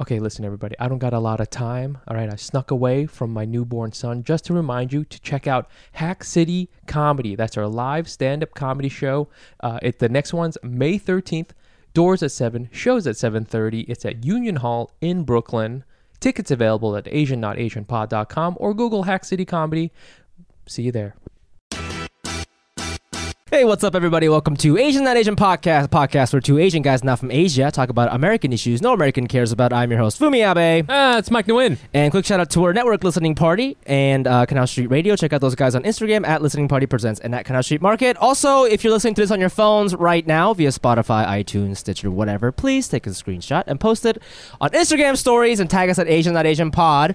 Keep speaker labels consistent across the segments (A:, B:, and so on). A: Okay, listen, everybody. I don't got a lot of time. All right, I snuck away from my newborn son just to remind you to check out Hack City Comedy. That's our live stand-up comedy show. Uh, it the next one's May thirteenth. Doors at seven. Shows at seven thirty. It's at Union Hall in Brooklyn. Tickets available at asian.asianpod.com or Google Hack City Comedy. See you there.
B: Hey, what's up, everybody? Welcome to Asian Not Asian Podcast, podcast where two Asian guys not from Asia talk about American issues no American cares about. I'm your host, Fumi Abe.
A: Ah, it's Mike Nguyen.
B: And quick shout out to our network listening party and uh, Canal Street Radio. Check out those guys on Instagram at Listening Party Presents and at Canal Street Market. Also, if you're listening to this on your phones right now via Spotify, iTunes, Stitcher, whatever, please take a screenshot and post it on Instagram stories and tag us at Asian Not Asian Pod.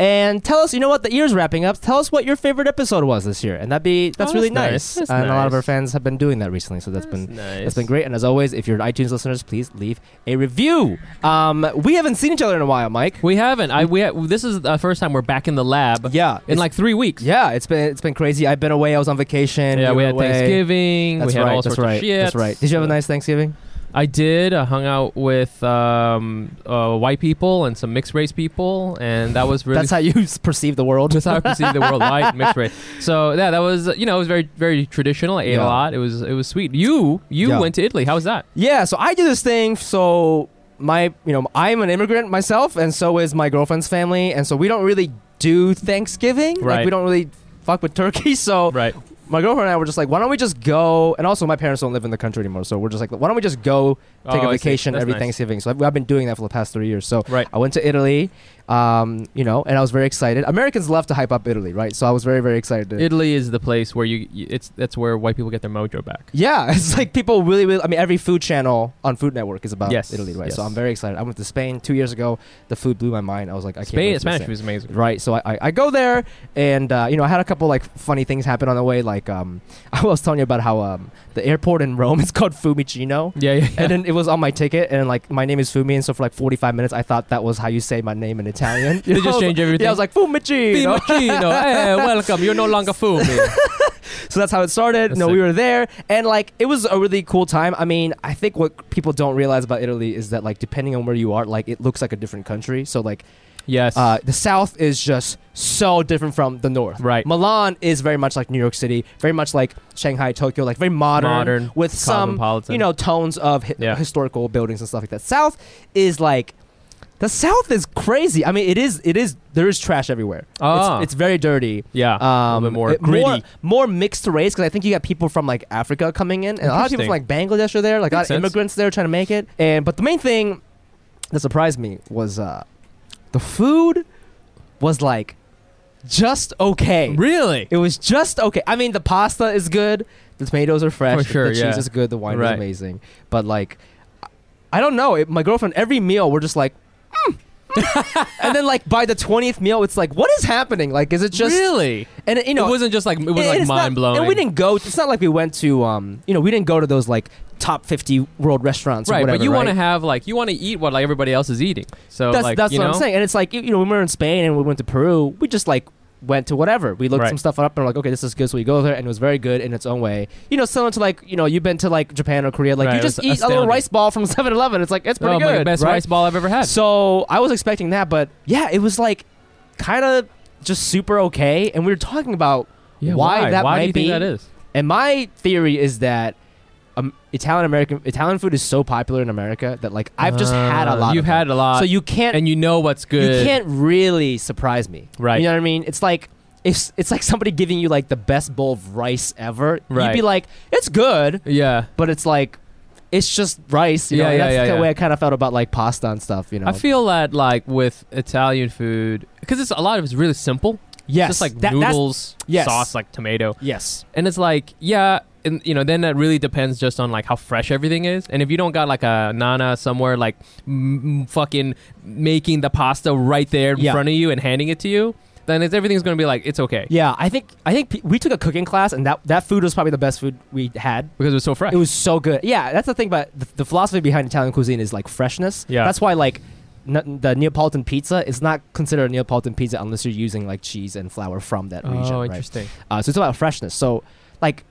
B: And tell us, you know what, the year's wrapping up. Tell us what your favorite episode was this year. And that'd be that's
A: Oh,
B: really
A: that's nice.
B: nice.
A: That's
B: and a lot of
A: nice.
B: our fans have been doing that recently, so that's been
A: nice.
B: that's been great. And as always, if you're iTunes listeners, please leave a review. Um, we haven't seen each other in a while, Mike.
A: We haven't. I we ha- this is the first time we're back in the lab.
B: Yeah,
A: in
B: it's-
A: like three weeks.
B: Yeah, it's been it's been crazy. I've been away. I was on vacation.
A: Yeah, we
B: You were
A: had
B: away.
A: Thanksgiving.
B: That's
A: we had
B: right.
A: all
B: that's
A: sorts
B: right.
A: of shit.
B: That's right. Did you have a
A: So-
B: nice Thanksgiving?
A: I did. I hung out with um, uh, white people and some mixed race people, and that was really
B: That's how you perceive the world.
A: that's how I perceive the world light mixed race. So yeah, that was you know it was very very traditional. I ate a
B: Yeah.
A: lot. It was it was sweet. You you
B: Yeah.
A: went to Italy. How was that?
B: Yeah, so I do this thing. So my, you know, I'm an immigrant myself, and so is my girlfriend's family, and so we don't really do Thanksgiving.
A: Right.
B: Like we don't really fuck with turkey. So
A: Right.
B: my girlfriend and I were just like, why don't we just go? And also, my parents don't live in the country anymore, so we're just like, why don't we just go take
A: Oh,
B: a
A: I see.
B: vacation
A: That's
B: every
A: nice.
B: Thanksgiving? So I've, I've been doing that for the past three years. So
A: Right.
B: I went to Italy, um, you know, and I was very excited. Americans love to hype up Italy, right? So I was very, very excited. to-
A: Italy is the place where you you- it's that's where white people get their mojo back.
B: yeah, it's like people really, really. I mean, every food channel on Food Network is about
A: Yes,
B: Italy, right? So
A: yes.
B: I'm very excited. I went to Spain two years ago. The food blew my mind. I was like, I can't. wait
A: Spain
B: for
A: Spanish
B: this.
A: was amazing.
B: Right. So I, I, I go there and uh, you know I had a couple like funny things happen on the way. Like um, I was telling you about how um, the airport in Rome is called Fumicino.
A: Yeah, yeah. yeah.
B: And then it was on my ticket, and like my name is Fumi, and so for like 45 minutes, I thought that was how you say my name in Italian.
A: They just change everything.
B: Yeah, I was like Fumici. you know?
A: Fumicino, eh, welcome. You're no longer fuming.
B: So that's how it started.
A: That's
B: no,
A: sick.
B: we were there, and like it was a really cool time. I mean, I think what people don't realize about Italy is that like depending on where you are, like it looks like a different country. So like
A: Yes.
B: uh, the South is just so different from the North.
A: Right.
B: Milan is very much like New York City, very much like Shanghai, Tokyo, like very modern,
A: Modern,
B: with some
A: cosmopolitan.
B: you know tones of hi-
A: Yeah.
B: historical buildings and stuff like that. South is like the South is crazy. I mean, it is it is there is trash everywhere.
A: Ah.
B: It's, it's very dirty. Um,
A: yeah. a little bit more
B: it-
A: gritty.
B: more, more mixed race because I think you got people from like Africa coming in, and a lot of people from like Bangladesh are there, like a lot
A: Makes
B: of
A: sense.
B: immigrants there trying to make it. And but the main thing that surprised me was uh, the food was like just okay.
A: really?
B: It was just okay. I mean, the pasta is good, the tomatoes are fresh,
A: For sure,
B: the cheese
A: yeah.
B: is good, the wine
A: Right.
B: is amazing. But like, I- I don't know. It, my girlfriend, every meal, we're just like. "Mm, mm." and then, like by the twentieth meal, it's like, what is happening? Like, is it just
A: really?
B: and you know,
A: it wasn't just like it was
B: and
A: like
B: it's not-
A: mind blowing.
B: And we didn't go. It's not like we went to, um, you know, we didn't go to those like top fifty world restaurants, or
A: right,
B: whatever,
A: but you
B: right?
A: want to have like you want to eat what like everybody else is eating. So
B: That's
A: like
B: that's
A: you
B: what
A: know,
B: I'm saying. And it's like you, you know, when we were in Spain and we went to Peru, we just like went to whatever. We looked
A: Right.
B: some stuff up and we're like, okay, this is good. So we go there, and it was very good in its own way. You know, similar to like you know, you've been to like Japan or Korea, like
A: Right,
B: you
A: it
B: just
A: was
B: eat a little
A: astounding.
B: rice ball from 7-Eleven. It's like it's pretty
A: oh
B: good,
A: my best
B: right?
A: rice ball I've ever had.
B: So I was expecting that, but yeah, it was like kind of just super okay. And we were talking about
A: Yeah,
B: why, that
A: why
B: might
A: do you
B: be.
A: think that is?
B: And my theory is that um, Italian American Italian food is so popular in America that like I've just had a
A: Uh,
B: lot.
A: You've
B: of
A: had
B: it.
A: a lot,
B: so you can't
A: and you know what's good.
B: you can't really surprise me.
A: Right.
B: You know what I mean? It's like if it's like somebody giving you like the best bowl of rice ever.
A: Right.
B: You'd be like, it's good,
A: yeah,
B: but it's like it's just rice. You
A: Yeah,
B: know? And
A: yeah,
B: That's
A: yeah,
B: the
A: yeah.
B: way I kind of felt about like pasta and stuff. You know.
A: I feel that like with Italian food because it's a lot of it's really simple. It's
B: yes.
A: just like
B: That- that's-
A: noodles,
B: yes.
A: sauce, like tomato.
B: Yes.
A: And it's like, yeah, and you know, then that really depends just on like how fresh everything is. And if you don't got like a nana somewhere like m- m- fucking making the pasta right there in
B: Yeah.
A: front of you and handing it to you, then it's, everything's gonna be like it's okay
B: Yeah, I think I think pe- we took a cooking class, and that that food was probably the best food we had.
A: because it was so fresh.
B: It was so good. Yeah, that's the thing about the, the philosophy behind Italian cuisine is like freshness.
A: Yeah.
B: that's why like n- the Neapolitan pizza is not considered a Neapolitan pizza unless you're using like cheese and flour from that region.
A: oh,
B: right?
A: interesting.
B: Uh, so it's about freshness. So like,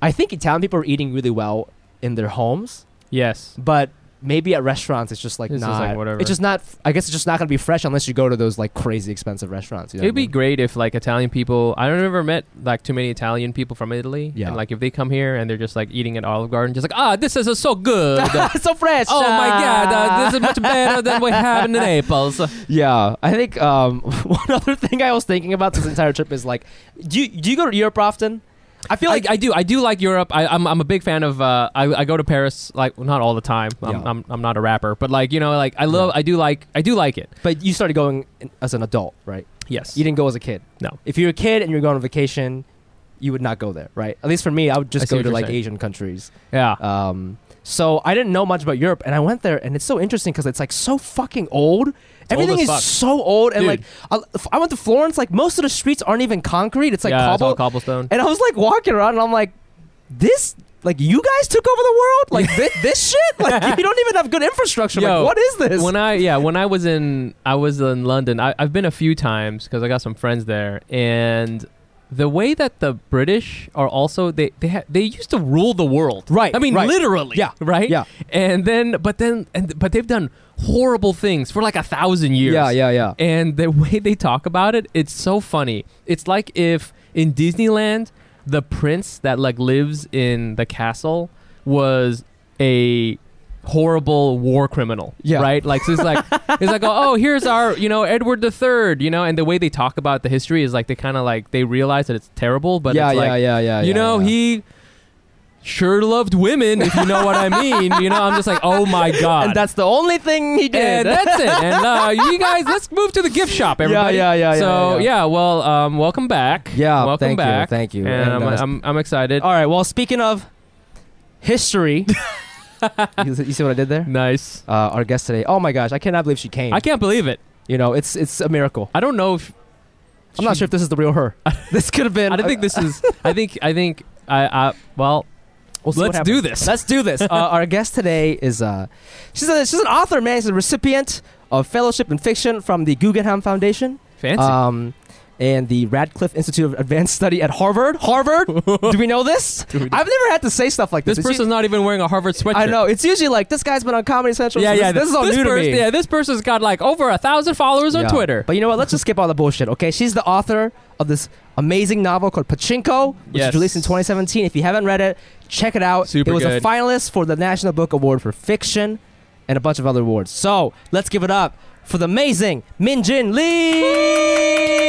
B: I think Italian people are eating really well in their homes,
A: Yes,
B: but maybe at restaurants it's just like
A: It's just,
B: not.
A: like, whatever.
B: It's just not. I guess it's just not gonna be fresh unless you go to those like crazy expensive restaurants. You know
A: It'd
B: what
A: be
B: I mean?
A: great if like Italian people. I don't ever met like too many Italian people from Italy.
B: Yeah.
A: And like if they come here and they're just like eating at Olive Garden, just like ah, this is uh, so good. oh
B: so fresh.
A: my god, uh,
B: Ah.
A: this is much better than we have in Naples.
B: Yeah, I think um, one other thing I was thinking about this entire trip is like, do you, do you go to Europe often? I feel like
A: I, I do. I do like Europe. I, I'm, I'm a big fan of. Uh, I, I go to Paris like well, not all the time. I'm,
B: Yeah.
A: I'm, I'm not a rapper, but like you know, like I love.
B: Yeah.
A: I do like. I do like it.
B: But you started going in- as an adult, right?
A: Yes.
B: You didn't go as a kid.
A: No.
B: If you're a kid and you're going on vacation, you would not go there, right? At least for me, I would
A: I
B: just
A: see
B: go
A: what
B: to
A: you're
B: like
A: saying.
B: Asian countries.
A: yeah.
B: Um, so I didn't know much about Europe, and I went there, and it's so interesting because it's like so fucking old. Everything
A: as
B: is
A: fuck.
B: so old, and
A: Dude.
B: like I, I went to Florence, like most of the streets aren't even concrete. It's like
A: yeah, it's all
B: cobble,
A: cobblestone.
B: and I was like walking around, and I'm like, this. Like you guys took over the world, like thi- this, shit. Like you don't even have good infrastructure.
A: Yo,
B: like what is this?
A: when I yeah when I was in I was in London I, I've been a few times because I got some friends there and the way that the British are also they they ha- they used to rule the world
B: Right,
A: I mean
B: right.
A: literally
B: Yeah,
A: right
B: yeah.
A: and then but then and but they've done horrible things for like a thousand years
B: Yeah, yeah, yeah.
A: and the way they talk about it it's so funny it's like if in disneyland the prince that like lives in the castle was a horrible war criminal
B: Yeah.
A: right like so it's like it's like oh here's our you know edward the third you know and the way they talk about the history is like they kind of like they realize that it's terrible but
B: yeah,
A: it's
B: yeah,
A: like
B: yeah, yeah.
A: you
B: yeah,
A: know
B: yeah.
A: he sure loved women if you know what i mean you know i'm just like oh my god
B: and that's the only thing he did.
A: and that's it. And uh, you guys, let's move to the gift shop,
B: Yeah,
A: everybody.
B: yeah, yeah, yeah,
A: So
B: yeah.
A: well, um, welcome back.
B: Yeah,
A: welcome
B: thank you,
A: back.
B: thank you.
A: And,
B: And,
A: I'm,
B: uh,
A: I'm, I'm excited.
B: All right. Well, speaking of history, you, see- you see what I did there?
A: nice.
B: Uh, our guest today. Oh my gosh, I cannot believe she came.
A: I can't believe it.
B: you know, it's it's a miracle.
A: I don't know if
B: I'm not
A: she-
B: sure if this is the real her. this could have been.
A: I don't think this is. I think. I think. I. I well,
B: We'll see what
A: let's
B: happens.
A: do this.
B: Let's do this. Uh, our guest today is uh, she's a, she's an author, man. She's a recipient of fellowship in fiction from the Guggenheim Foundation.
A: fancy.
B: Um, and the Radcliffe Institute of Advanced Study at Harvard. Harvard, do we know this?
A: Dude.
B: I've never had to say stuff like Uh, this.
A: this
B: It's u-
A: person's not even wearing a Harvard sweatshirt.
B: I know. It's usually like this guy's been on Comedy Central.
A: Yeah,
B: so
A: yeah.
B: This, this is all new to
A: person,
B: me.
A: Yeah, this person's got like over a thousand followers on
B: Yeah.
A: Twitter.
B: But you know what? Let's just skip all the bullshit, okay? She's the author of this amazing novel called Pachinko, which
A: Yes.
B: was released in 2017. If you haven't read it, check it out.
A: Super
B: it was a
A: good.
B: finalist for the National Book Award for Fiction and a bunch of other awards. So let's give it up for the amazing Minjin Lee!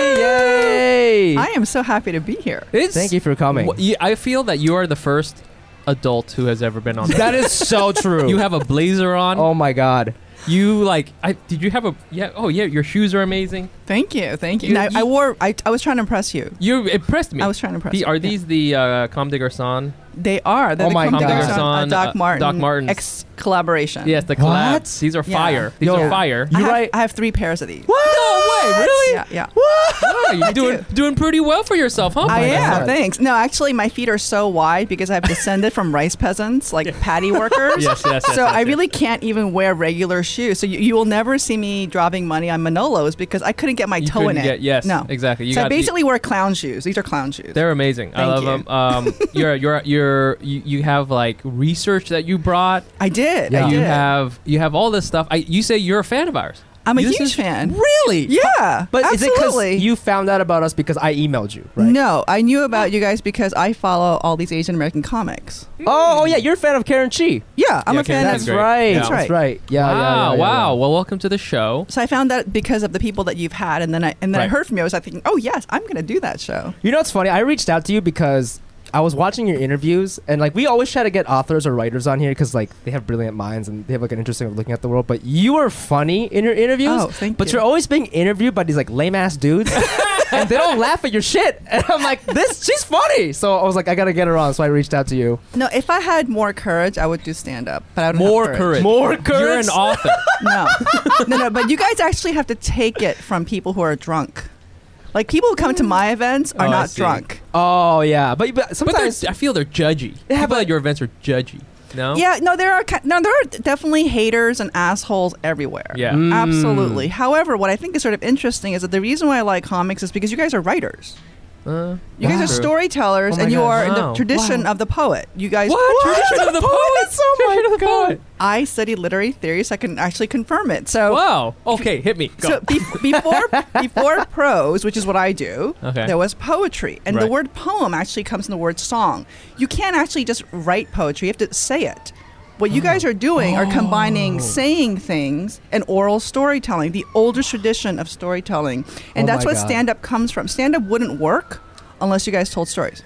B: Yay!
C: I am so happy to be here.
A: It's,
B: Thank you for coming.
A: Wh- you- I feel that you are the first adult who has ever been on.
B: that is so true.
A: you have a blazer on.
B: oh my god.
A: You like I did you have a yeah oh yeah your shoes are amazing.
C: Thank you, thank you.
A: You-
C: No,
A: you-
C: I wore. I, I was trying to impress you.
A: You impressed me.
C: I was trying to impress.
A: The-
C: you.
A: are
C: Yeah.
A: these the uh, Comme des Garçons?
C: They are. They're
B: Oh
C: the
B: my
C: Comme des
B: God.
C: Garçons,
A: Garçon,
C: uh, Doc
A: uh,
C: Martin.
A: Doc Martens.
C: Ex collaboration.
A: Yes, the
B: What?
A: collabs. These are
C: Yeah.
A: fire. These
B: Yo.
A: are fire.
B: You
C: I have,
B: right-
C: I have three pairs of these.
B: What? No way, really?
C: Yeah, yeah.
A: Oh, you're
C: I do.
A: doing doing pretty well for yourself, huh?
C: I
B: my
C: am.
B: God.
C: Thanks. No, actually, my feet are so wide because I've descended from rice peasants, like paddy workers.
A: Yes, yes, yes,
C: So
A: yes,
C: I
A: yes.
C: really can't even wear regular shoes. So you, you will never see me dropping money on Manolos because I couldn't get my
A: You
C: toe in
A: couldn't
C: it.
A: get- yes,
C: no,
A: exactly. You
C: so I
A: got- you-
C: basically wear clown shoes. These are clown shoes.
A: They're amazing. I love
C: Thank
A: them. Um, you're you're you're you, you have like research that you brought.
C: I did.
B: Yeah.
C: I
A: You
C: did.
A: have you have all this stuff. I you say you're a fan of ours.
C: I'm a
A: This
C: huge
A: is-
C: fan.
B: Really?
C: Yeah,
B: But
C: absolutely.
B: is it because you found out about us because I emailed you, right?
C: No, I knew about you guys because I follow all these Asian American comics.
B: Oh, oh yeah, you're a fan of Karen Chi.
C: Yeah, I'm
A: Yeah,
C: a
A: okay,
C: fan
A: that's
C: of.
A: great.
B: right.
A: Yeah.
B: That's right. Yeah.
A: wow,
B: yeah, yeah, yeah,
A: wow.
B: yeah.
A: Well, welcome to the show.
C: So I found that because of the people that you've had, and then I and then I
A: Right.
C: heard from you. I was like thinking, oh yes, I'm going to do that show.
B: You know what's funny? I reached out to you because I was watching your interviews, and like we always try to get authors or writers on here because like they have brilliant minds and they have like an interesting way of looking at the world. But you were funny in your interviews.
C: Oh, thank
B: but
C: you.
B: are always being interviewed by these like lame ass dudes, and they don't laugh at your shit. And I'm like, this, she's funny. So I was like, I gotta get her on. So I reached out to you.
C: No, if I had more courage, I would do stand up. But I don't
A: More
C: have
A: courage.
B: More
A: You're
B: courage.
A: an author.
C: No, no, no. But you guys actually have to take it from people who are drunk. Like people who come to my events are
A: Oh, I
C: not
A: see.
C: drunk.
B: oh yeah, but, but
A: But they're,
B: sometimes
A: I feel they're judgy.
B: Yeah,
A: People
B: but-
A: at your events are judgy. No.
C: Yeah, no, there are ki- no, there are definitely haters and assholes everywhere.
A: Yeah.
B: Mm.
C: Absolutely. However, what I think is sort of interesting is that the reason why I like comics is because you guys are writers.
A: Uh,
C: You guys
A: wow.
C: are storytellers,
A: Oh my
C: and you
A: gosh.
C: are in
A: Wow.
C: the tradition of the poet. You guys,
A: What? Tradition of the poets. Tradition of the
B: Oh
A: poet.
C: I studied literary theory, so I can actually confirm it. So,
A: Wow. Okay, hit me. Go.
C: so be- before before prose, which is what I do,
A: Okay.
C: there was poetry, and the
A: Right.
C: word poem actually comes from the word song. You can't actually just write poetry; you have to say it. What you
A: Oh.
C: guys are doing are combining saying things and oral storytelling, the older tradition of storytelling, and
B: Oh
C: that's
B: my
C: what
B: God.
C: stand up comes from. Stand up wouldn't work unless you guys told stories.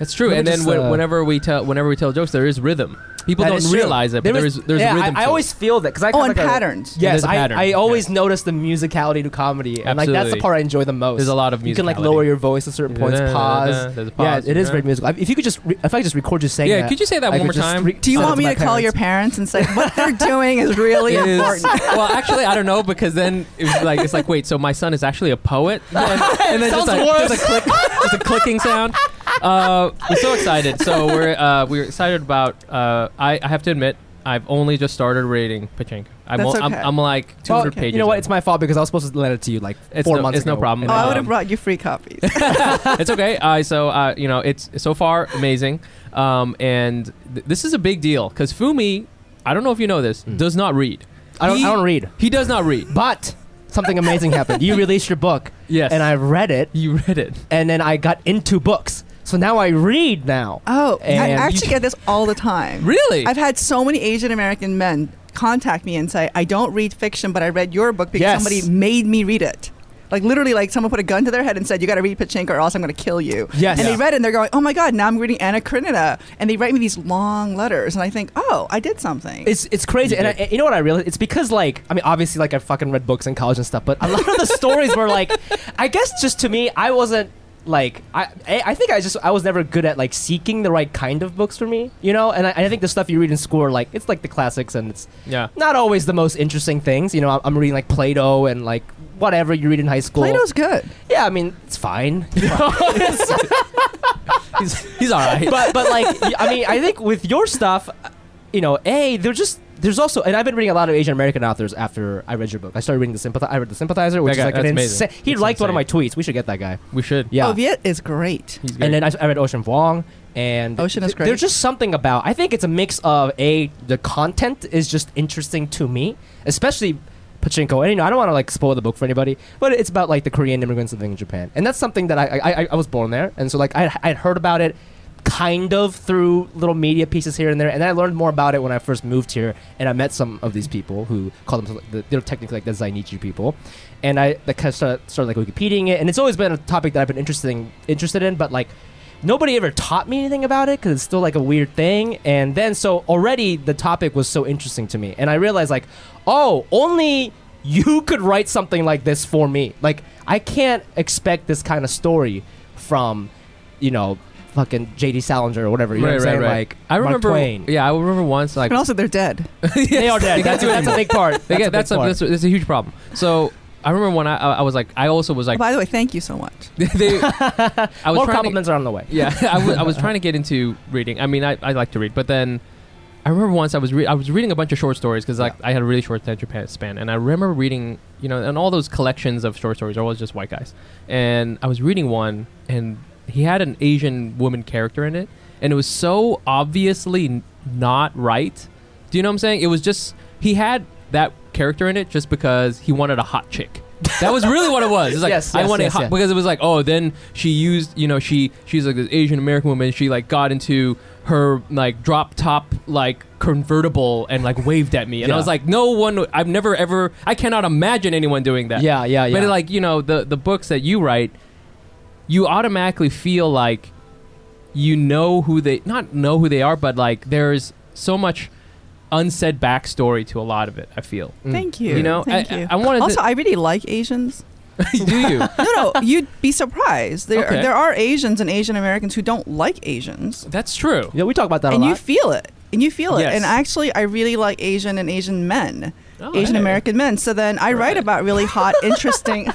A: That's true.
B: Let me
A: And then
B: just,
A: when-
B: uh,
A: whenever we tell whenever we tell jokes, there is rhythm. People
B: That
A: don't
B: is true.
A: realize it, but there is there's
B: yeah,
A: rhythm.
B: I, I
A: to it.
B: always feel that because I
C: Oh,
B: kinda
C: and
B: like a-
C: patterns.
A: Yeah,
B: Yes,
A: there's a
B: I,
A: pattern,
B: I
A: yeah.
B: always notice the musicality to comedy, and like that's
A: Absolutely.
B: the part I enjoy the most.
A: There's a lot of
B: You can like
A: musicality.
B: lower your voice at certain points.
A: Da-da-da-da.
B: Pause.
A: There's a pause,
B: Yeah, it is
A: yeah.
B: very musical. I- If you could just, re- if I could just record you saying
A: Yeah,
B: that.
A: could you say that
B: I
A: one
B: could
A: more
B: just
A: time?
B: re-
C: Do you
B: send it
C: want me
B: my
C: to call your
B: parents.
C: parents and say what they're doing is really
A: It is-
C: important?
A: well, actually, I don't know because then it's like it's like wait, so my son is actually a poet, and, and then just
B: Sounds
A: like there's a click, there's a clicking sound. Uh, we're so excited. So we're uh, we're excited about. Uh, I I have to admit, I've only just started reading Pachinko. I'm
C: That's
A: I'm,
C: okay.
A: I'm like 200
B: Well,
A: pages.
B: You know what?
A: in.
B: It's my fault because I was supposed to lend it to you like
A: It's
B: four
A: no-
B: months
A: it's no
B: ago.
A: problem.
B: And
C: Oh,
A: Um,
C: I
B: I-
C: would have brought you free copies.
A: it's okay. Uh, so uh, you know, it's so far amazing, um, and th- this is a big deal because Fumi, I don't know if you know this, does not read.
B: I don't.
A: He-
B: I don't read.
A: He does not read.
B: But something amazing happened. You released your book,
A: Yes,
B: and I read it,
A: You read it.
B: and then I got into books. So now I read now.
C: Oh, I
B: And
C: actually
B: you-
C: get this all the time.
A: Really?
C: I've had so many Asian American men contact me and say, I don't read fiction, but I read your book because
B: Yes.
C: somebody made me read it. Like literally, like someone put a gun to their head and said, "You got to read Pachinko, or else I'm going to kill you."
B: Yes.
C: And
B: Yeah.
C: they read it, and they're going, "Oh my god!" Now I'm reading Anna Karenina, and they write me these long letters, and I think, "Oh, I did something."
B: It's it's crazy,
A: You
B: and
A: did.
B: I, you know what I realized? It's because like I mean, obviously, like I fucking read books in college and stuff, but a lot of the stories were like, I guess just to me, I wasn't like I I I think I just I was never good at like seeking the right kind of books for me, you know. And I, I think the stuff you read in school, are, like it's like the classics, and it's
A: Yeah.
B: not always the most interesting things. You know, I'm- I'm reading like Plato and like whatever you read in high school.
C: Plato's good.
B: yeah, I mean it's fine.
A: He's, he's all right.
B: but but like y- I mean, I think with your stuff, you know, a they're just there's also, and I've been reading a lot of Asian American authors after I read your book. I started reading the sympathizer. I read the sympathizer,
A: That
B: which
A: guy-
B: is like
A: that's
B: an
A: amazing.
B: insane. He
A: That's
B: liked one of my
A: insane.
B: tweets. We should get that guy.
A: we should.
B: Yeah.
C: Oh, Viet is great.
A: He's great.
B: and then I, I read Ocean Vuong, and
C: Ocean is
B: th-
C: great.
B: There's just something about. I think it's a mix of a the content is just interesting to me, especially Pachinko. And you know, I don't want to like spoil the book for anybody, but it's about like the Korean immigrants living in Japan, and that's something that I I, I, I was born there, and so like I I'd heard about it. Kind of through little media pieces here and there, and I learned more about it when I first moved here, and I met some of these people who call themselves the, they're technically like the Zainichi people, and I like, kind of started, started like Wikipediaing it, and it's always been a topic that I've been interesting interested in, but like nobody ever taught me anything about it because it's still like a weird thing and then so already the topic was so interesting to me and i realized like oh only you could write something like this for me like i can't expect this kind of story from you know fucking jd salinger or whatever you know what i'm saying like
A: I remember.
B: Mark Twain.
A: Yeah, I remember once like
C: And also, they're dead.
B: they are dead that's, that's a big part that's,
A: They
B: a,
A: get-
B: big
A: that's, a,
B: part.
A: that's, a, that's a huge problem. So I remember when I, I I was like I also was like
C: Oh, By the way, thank you so much.
A: they, I was trying
B: more
A: to-
B: compliments are on the way
A: yeah, I wa- I was trying to get into reading. I mean, I, I like to read, but then I remember once I was re- I was reading a bunch of short stories because like I had a really short attention pa- span, and I remember reading you know, and all those collections of short stories are always just white guys, and I was reading one, and he had an Asian woman character in it, and it was so obviously n- not right. Do you know what I'm saying? It was just he had that character in it just because he wanted a hot chick. That was really what it was. It's like
B: Yes,
A: I
B: yes,
A: want a
B: yes,
A: hot
B: yes.
A: because it was like oh then she used you know she she's like this Asian American woman she like got into her like drop top like convertible and like waved at me and I
B: Yeah.
A: was like no one would- I've never ever I cannot imagine anyone doing that
B: yeah yeah yeah
A: but like you know the the books that you write you automatically feel like you know who they not know who they are but like there's so much unsaid backstory to a lot of it I feel
B: Mm.
C: Thank you.
A: You know,
C: thank
A: I-
C: you.
A: I- I wanted
C: also,
A: to-
C: I really like Asians.
A: do you
C: no, no, you'd be surprised. There,
A: Okay.
C: there are Asians and Asian Americans who don't like Asians,
A: that's true
B: yeah we talk about that
C: and
B: a
C: you
B: lot
C: feel it, and you feel
A: Yes.
C: it. And actually, I really like Asian and Asian men,
A: Oh,
C: Asian
A: hey.
C: American men. So then I
A: Right.
C: write about really hot, interesting.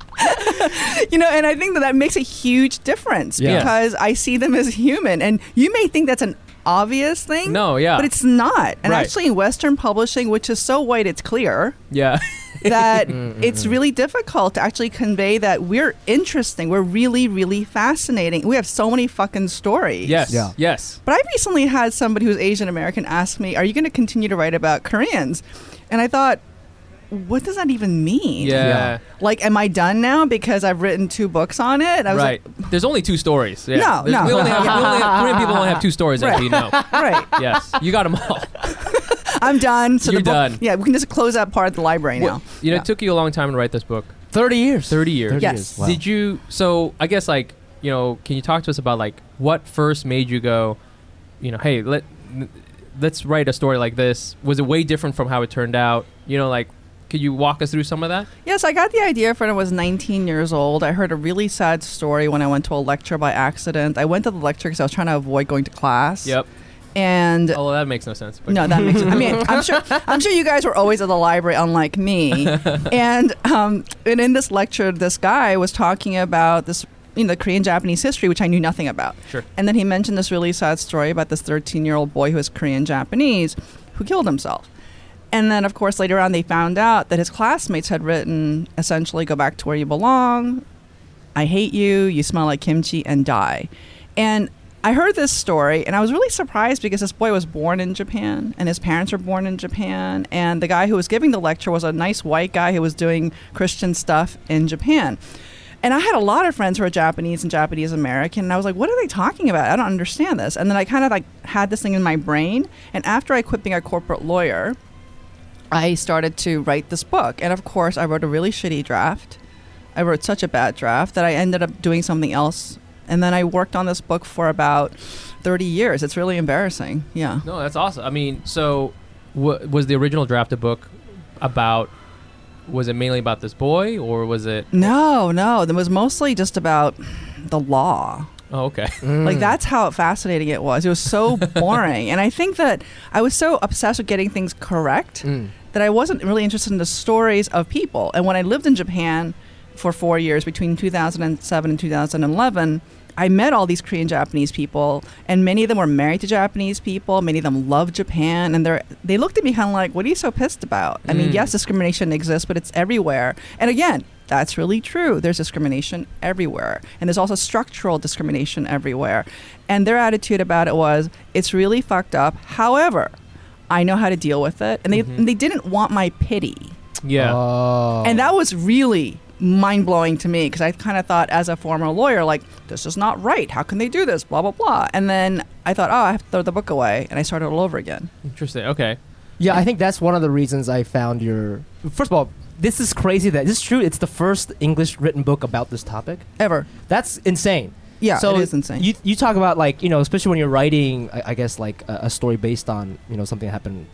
C: you know, and I think that that makes a huge difference
B: Yeah.
C: because I see them as human, and you may think that's an obvious thing.
A: no yeah
C: But it's not. And
A: Right.
C: actually, in Western publishing, which is so white, it's clear.
A: yeah
C: that
A: Mm-hmm.
C: it's really difficult to actually convey that we're interesting. We're really, really fascinating. We have so many fucking stories.
A: Yes.
B: Yeah.
A: Yes.
C: But I recently had somebody who's Asian American ask me, "Are you going to continue to write about Koreans?" And I thought, what does that even mean?
A: Yeah.
B: Yeah.
C: Like, am I done now because I've written two books on it? And I was
A: Right. There's only two stories. Yeah.
C: No,
A: There's-
C: no.
A: We only have, we only have, Korean people only have two stories, as
C: Right.
A: we know.
C: like, right,
A: Yes. You got them all.
C: I'm done. So
A: You're
C: the book,
A: done.
C: Yeah, we can just close that part of the library now.
A: You know,
C: Yeah.
A: it took you a long time to write this book.
B: 30 years.
A: 30 years.
B: 30
C: Yes.
B: years. Wow.
A: Did you? So I guess like you know, can you talk to us about like what first made you go, you know, hey, let let's write a story like this. Was it way different from how it turned out? You know, like could you walk us through some of that?
C: Yes, I got the idea when I was 19 years old. I heard a really sad story when I went to a lecture by accident. I went to the lecture because I was trying to avoid going to class.
A: Yep.
C: And
A: Although that makes no sense. But
C: No, that makes. I mean, I'm sure. I'm sure you guys were always at the library, unlike me. and um, and in this lecture, this guy was talking about this, you know, Korean Japanese history, which I knew nothing about.
A: Sure.
C: And then he mentioned this really sad story about this 13 year old boy who was Korean Japanese, who killed himself. And then, of course, later on, they found out that his classmates had written essentially, "Go back to where you belong." I hate you, you smell like kimchi, and die. And I heard this story and I was really surprised because this boy was born in Japan and his parents were born in Japan. And the guy who was giving the lecture was a nice white guy who was doing Christian stuff in Japan. And I had a lot of friends who are Japanese and Japanese American, and I was like, "What are they talking about? I don't understand this." And then I kind of like had this thing in my brain. And after I quit being a corporate lawyer, I started to write this book. And of course, I wrote a really shitty draft. I wrote such a bad draft that I ended up doing something else. And then I worked on this book for about 30 years. It's really embarrassing. Yeah.
A: No, that's awesome. I mean, so w- was the original draft a book about? Was it mainly about this boy, or was it?
C: No, no. It was mostly just about the law.
A: Oh, okay.
B: Mm.
C: Like that's how fascinating it was. It was so boring. and I think that I was so obsessed with getting things correct that I wasn't really interested in the stories of people. And when I lived in Japan for 4 years between 2007 and 2011, I met all these Korean Japanese people, and many of them were married to Japanese people. Many of them love Japan, and they are they looked at me kind of like, "What are you so pissed about?" I mean,
A: Mm.
C: yes, discrimination exists, but it's everywhere. And again, that's really true. There's discrimination everywhere, and there's also structural discrimination everywhere. And their attitude about it was, "It's really fucked up." However, I know how to deal with it, and they and they didn't want my pity.
A: Yeah.
B: Oh.
C: And that was really mind blowing to me because I kind of thought, as a former lawyer, like, this is not right. How can they do this? Blah, blah, blah. And then I thought, oh, I have to throw the book away. And I started all over again.
A: Interesting. Okay.
B: Yeah, I think that's one of the reasons I found your. First of all, this is crazy. That this is true. It's the first English written book about this topic.
C: Ever.
B: That's insane.
C: Yeah,
B: so
C: it is insane.
B: You you talk about like you know, especially when you're writing, I, I guess like a, a story based on you know something that happened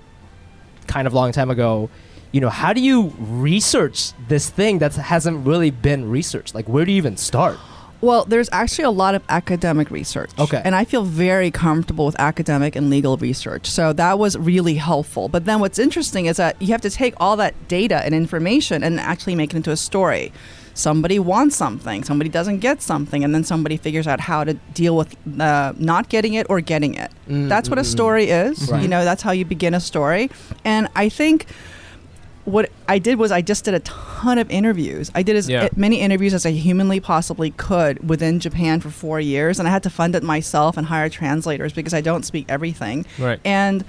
B: kind of long time ago. You know, how do you research this thing that hasn't really been researched? Like, where do you even start?
C: well, there's actually a lot of academic research.
B: Okay.
C: And I feel very comfortable with academic and legal research. So that was really helpful. But then what's interesting is that you have to take all that data and information and actually make it into a story. Somebody wants something, somebody doesn't get something, and then somebody figures out how to deal with uh, not getting it or getting it. that's what a story is.
B: Mm-hmm. Right.
C: You know, that's how you begin a story. And I think what I did was I just did a ton of interviews. I did as
A: Yeah.
C: many interviews as I humanly possibly could within Japan for four years, and I had to fund it myself and hire translators because I don't speak everything.
A: Right.
C: And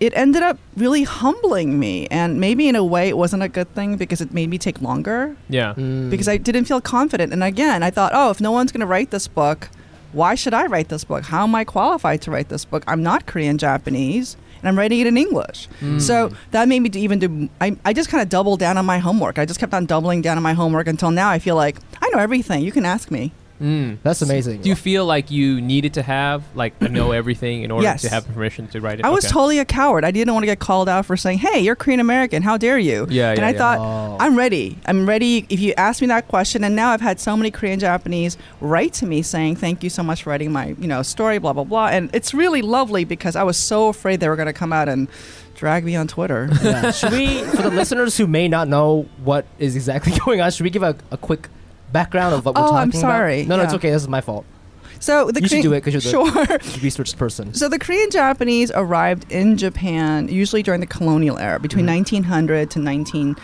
C: it ended up really humbling me, and maybe in a way it wasn't a good thing because it made me take longer
A: Yeah.
C: because I didn't feel confident. And again, I thought, oh, if no one's going to write this book, why should I write this book? How am I qualified to write this book? I'm not Korean Japanese, and I'm writing it in English.
A: Mm-hmm. Hmm. Mm.
C: So that made me do even do. I, I just kind of doubled down on my homework. I just kept on doubling down on my homework until now. I feel like I know everything. You can ask me.
A: Mm.
B: That's amazing.
A: Do you feel like you needed to have like a know everything in order
C: Yes.
A: to have permission to write it?
C: I was
A: Okay.
C: totally a coward. I didn't want to get called out for saying, "Hey, you're Korean American. How dare you?"
A: Yeah,
C: and
A: yeah,
C: I
A: yeah.
C: thought,
B: Oh.
C: "I'm ready. I'm ready." If you ask me that question, and now I've had so many Korean Japanese write to me saying, "Thank you so much for writing my, you know, story." Blah blah blah. And it's really lovely because I was so afraid they were going to come out and drag me on Twitter.
B: Yeah. should we, for the listeners who may not know what is exactly going on, should we give a, a quick background of what we're
C: Oh,
B: talking
C: I'm sorry.
B: about? No, no, it's
C: Yeah.
B: okay. This is my fault.
C: so the
B: You should
C: Korean-
B: do it 'cause you're the-
C: sure.
B: Research person.
C: So the Korean Japanese arrived in Japan usually during the colonial era, between 1900 to 19.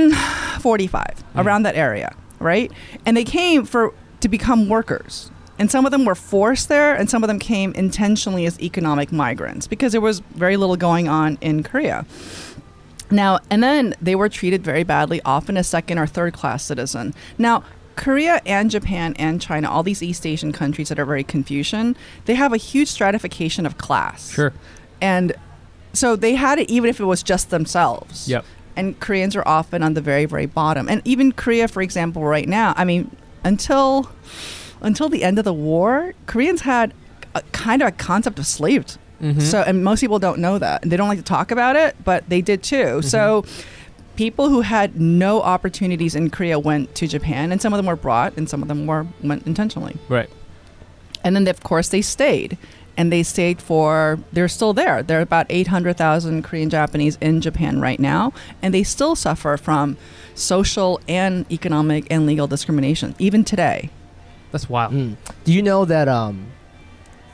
C: mm, 45, around that area, right? And they came for to become workers. And some of them were forced there, and some of them came intentionally as economic migrants because there was very little going on in Korea. Now, and then they were treated very badly, often as second or third class citizen. Now, Korea and Japan and China, all these East Asian countries that are very Confucian, they have a huge stratification of class.
A: Sure.
C: And so they had it even if it was just themselves.
A: Yep.
C: And Koreans are often on the very, very bottom. And even Korea, for example, right now, I mean, until until the end of the war, Koreans had a, kind of a concept of slaved.
A: Mm-hmm.
C: So, and most people don't know that. They don't like to talk about it, but they did too. So, people who had no opportunities in Korea went to Japan, and some of them were brought, and some of them were went intentionally.
A: Right.
C: And then, of course, they stayed. And they stayed for, they're still there. There are about 800,000 Korean Japanese in Japan right now. And they still suffer from social and economic and legal discrimination, even today.
A: That's wild.
B: Mm. Do you know that um,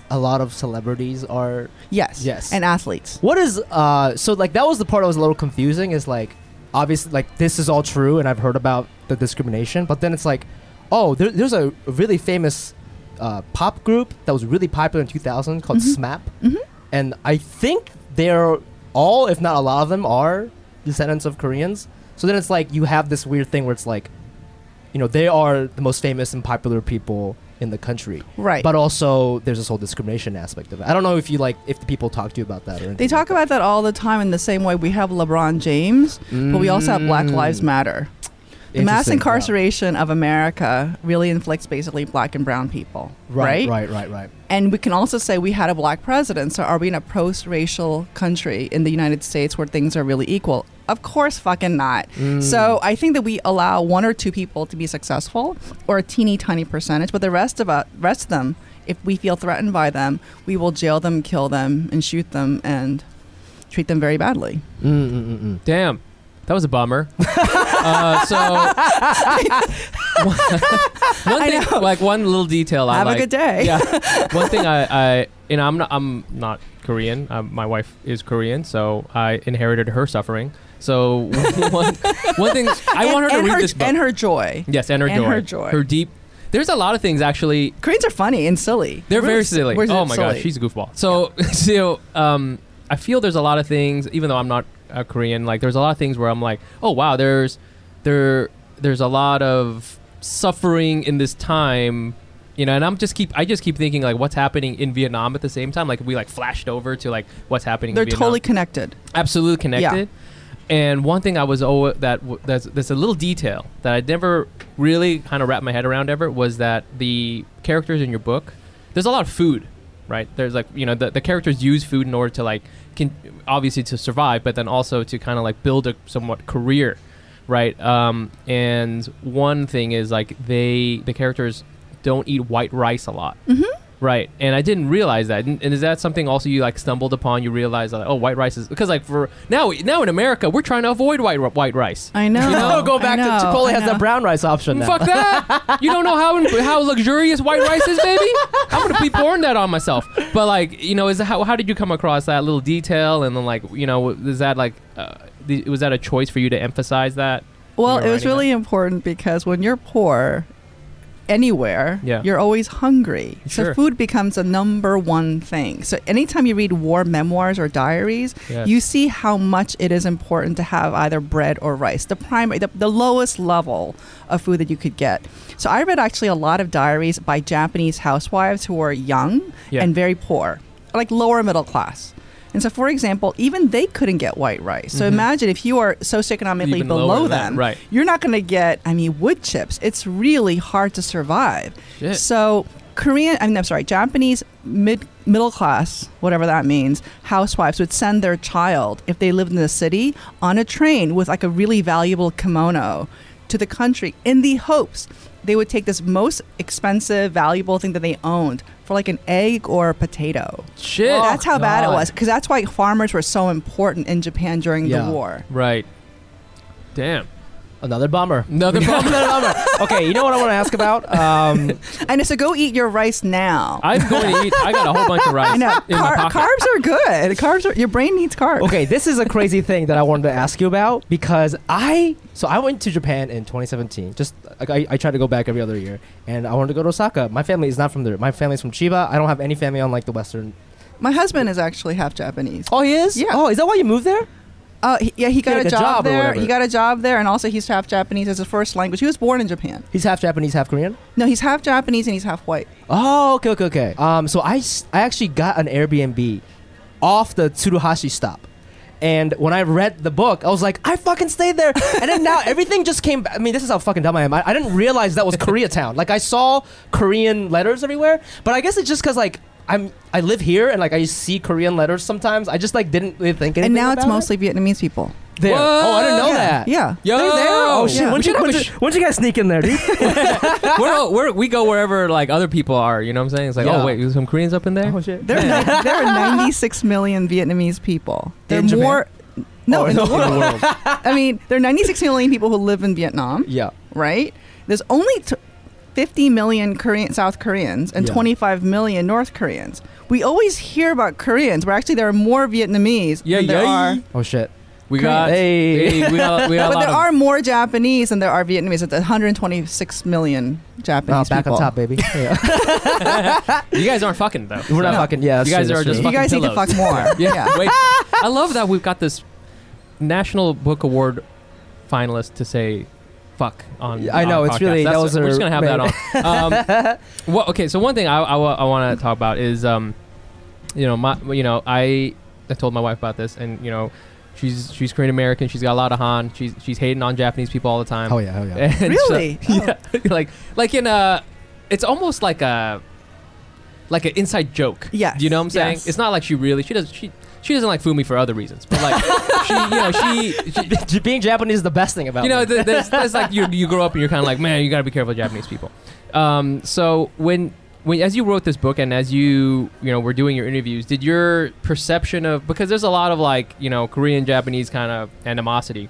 B: a lot of celebrities are
C: Yes.
B: Yes.
C: And athletes.
B: What is uh so like that was the part I was a little confusing is like obviously like this is all true and I've heard about the discrimination but then it's like oh there, there's a really famous uh, pop group that was really popular in 2000 called SMAP and I think they're all if not a lot of them are descendants of Koreans so then it's like you have this weird thing where it's like you know they are the most famous and popular people in the country
C: Right.
B: but also there's this whole discrimination aspect of it. I don't know if you like if the people talk to you about that or
C: They
B: anything.
C: talk about that all the time in the same way we have LeBron James, but we also have Black
B: Mm.
C: Lives Matter. The mass
B: Interesting.
C: incarceration of America really inflicts basically black and brown people,
B: Yeah.
C: right?
B: right, right, right,
C: And we can also say we had a black president. So are we in a post-racial country in the United States where things are really equal? Of course, fucking not. So
A: Hmm.
C: I think that we allow one or two people to be successful, or a teeny tiny percentage, but the rest of us, rest of them, if we feel threatened by them, we will jail them, kill them, and shoot them, and treat them very badly.
B: Mm, mm, mm, mm.
A: Damn. That was a bummer. uh, so, one, one
C: I
A: thing, like one little detail. I
C: Have
A: like,
C: a good day.
A: yeah. One thing I, I and I'm not, I'm not Korean. Um, my wife is Korean, so I inherited her suffering. So one, one thing I
C: And-
A: want her to
C: and
A: read this book.
C: and her joy.
A: yes, and her
C: and
A: joy.
C: her joy.
A: Her deep. There's a lot of things actually.
C: Koreans are funny and silly.
A: They're
C: We're
A: very
C: s-
A: silly.
C: we're
A: Oh my
C: silly.
A: gosh, she's a goofball. So so um, I feel there's a lot of things, even though I'm not a Korean. Like there's a lot of things where I'm like, oh wow, there's there there's a lot of suffering in this time. You know, and I'm just keep I just keep thinking like what's happening in Vietnam at the same time. Like we like flashed over to like what's happening.
C: They're
A: in Vietnam
C: totally connected.
A: absolutely connected. And one thing I was oh that w- that's, that's a little detail that I never really kind of wrapped my head around ever was that the characters in your book, there's a lot of food, right? There's like you know the, the characters use food in order to like can, obviously to survive, but then also to kind of like build a somewhat career, right? Um, and one thing is like they the characters don't eat white rice a lot. Right, and I didn't realize that. And, and is that something also you like stumbled upon? You realized like, oh, white rice is because like for now, now in America, we're trying to avoid white white rice.
C: I know.
A: You know, go
C: I
A: back to
C: know,
B: Chipotle
C: I
B: has
C: know.
B: that brown rice option now.
A: Fuck that! you don't know how how luxurious white rice is, baby. I'm gonna be pouring that on myself. But like, you know, is how how did you come across that little detail? And then like, you know, is that like, uh, the, was that a choice for you to emphasize that?
C: Well,
A: when
C: it
A: you're
C: was
A: writing
C: really important because when you're poor anywhere,
A: Yeah.
C: you're always hungry.
A: Sure.
C: So food becomes a number one thing. So anytime you read war memoirs or diaries,
A: Yes.
C: you see how much it is important to have either bread or rice, the primary the, the lowest level of food that you could get. So I read actually a lot of diaries by Japanese housewives who were young
A: Yeah.
C: and very poor, like lower middle class. And so, for example, even they couldn't get white rice.
A: Mm-hmm.
C: So imagine if you are socioeconomically
A: Even lower
C: below
A: than that,
C: them,
A: right.
C: you're not going to get, I mean, wood chips. It's really hard to survive.
A: Shit.
C: So, Korean, I mean, I'm sorry, Japanese mid middle class, whatever that means, housewives would send their child, if they lived in the city, on a train with like a really valuable kimono to the country in the hopes they would take this most expensive, valuable thing that they owned for like an egg or a potato.
A: Shit,
C: Oh, that's how bad it
A: Oh, God.
C: was. Because that's why farmers were so important in Japan during
B: Yeah.
C: the war.
A: Right. Damn.
B: Another bummer.
A: Another
B: Another bummer. Okay, you know what I want to ask about? Um,
C: And so go eat your rice now.
A: I'm going to eat. I got a whole bunch of rice
C: I know.
A: in my
C: Car-
A: pocket.
C: carbs are good. Carbs are your brain needs carbs.
B: okay, this is a crazy thing that I wanted to ask you about because I so I went to Japan in 2017. Just like I, I try to go back every other year, and I wanted to go to Osaka. My family is not from there. My family's from Chiba. I don't have any family on like the western.
C: My husband is actually half Japanese.
B: Oh, he is.
C: Yeah.
B: Oh, is that why you moved there?
C: Uh, he, yeah, he got
B: like
C: a,
B: a
C: job,
B: job or
C: there.
B: whatever.
C: He got a job there, and also he's half Japanese as his first language. He was born in Japan.
B: He's half Japanese, half Korean.
C: No, he's half Japanese and he's half white.
B: Oh, okay, okay, okay. Um, so I, s- I actually got an Airbnb off the Tsuruhashi stop. And when I read the book, I was like, I fucking stayed there. And then now everything just came. ba- I mean, this is how fucking dumb I am. I, I didn't realize that was Koreatown. Like, I saw Korean letters everywhere. But I guess it's just because, like, I'm I live here and like I see Korean letters sometimes. I just like didn't really think anything.
C: and now it's
B: about it.
C: mostly Vietnamese people.
B: there. Oh, I didn't know
C: yeah.
B: that.
C: Yeah.
A: Yo,
B: They're there. Oh shit!
C: Yeah.
B: When'd
A: We
B: you,
A: should have
B: when'd
A: a
B: you- when'd you guys sneak in there, dude?
A: we're, all- we're, we go wherever like other people are. You know what I'm saying? It's like,
B: Yeah.
A: oh wait, there's some Koreans up in there.
B: shit!
C: There, are ni- there are 96 million Vietnamese people. There are
B: In Japan?
C: more. No,
B: Oh,
C: in the
B: no,
C: world. I mean, there are 96 million people who live in Vietnam,
B: yeah.
C: right? There's only t- 50 million Korean, South Koreans and
B: Yeah.
C: 25 million North Koreans. We always hear about Koreans, but actually there are more Vietnamese
A: Yeah,
C: than
A: yeah.
C: there are.
B: Oh shit!
A: We
B: Korean.
A: got.
B: Hey.
A: hey, we got. We got a
C: But
A: lot
C: there
A: of-
C: are more Japanese than there are Vietnamese. It's 126 million
B: Oh,
C: Japanese
B: back
C: people.
B: on top, baby. Yeah.
A: You guys aren't fucking though.
B: We're not
A: So-
B: fucking. Yeah,
A: You guys are just
C: You guys need to
A: pillows.
C: fuck more.
A: Yeah. Wait. I love that we've got this National Book Award finalist to say fuck on.
B: Yeah, I know,
A: on
B: it's
A: podcast.
B: really- that
A: That's-
B: was
A: we're
B: a-
A: just gonna have that on. Um, well, okay. So one thing I, want to talk about is um, you know my you know I I told my wife about this and you know she's she's Korean American. She's got a lot of Han. She's she's hating on Japanese people all the time.
B: Oh yeah, oh yeah.
A: And so-
C: Really? Oh,
A: yeah. Oh. like like in a it's almost like a like an inside joke.
C: Yes,
A: Do you know what I'm saying?
C: yes.
A: It's not like she really she does she she doesn't like Fumi for other reasons, but like she you know she, she
B: J- Being Japanese is the best thing about
A: you know
B: me.
A: th- there's, there's like you you grow up and you're kind of like man you got to be careful of Japanese people. Um, so when when as you wrote this book and as you you know were doing your interviews, did your perception of because there's a lot of like you know Korean Japanese kind of animosity.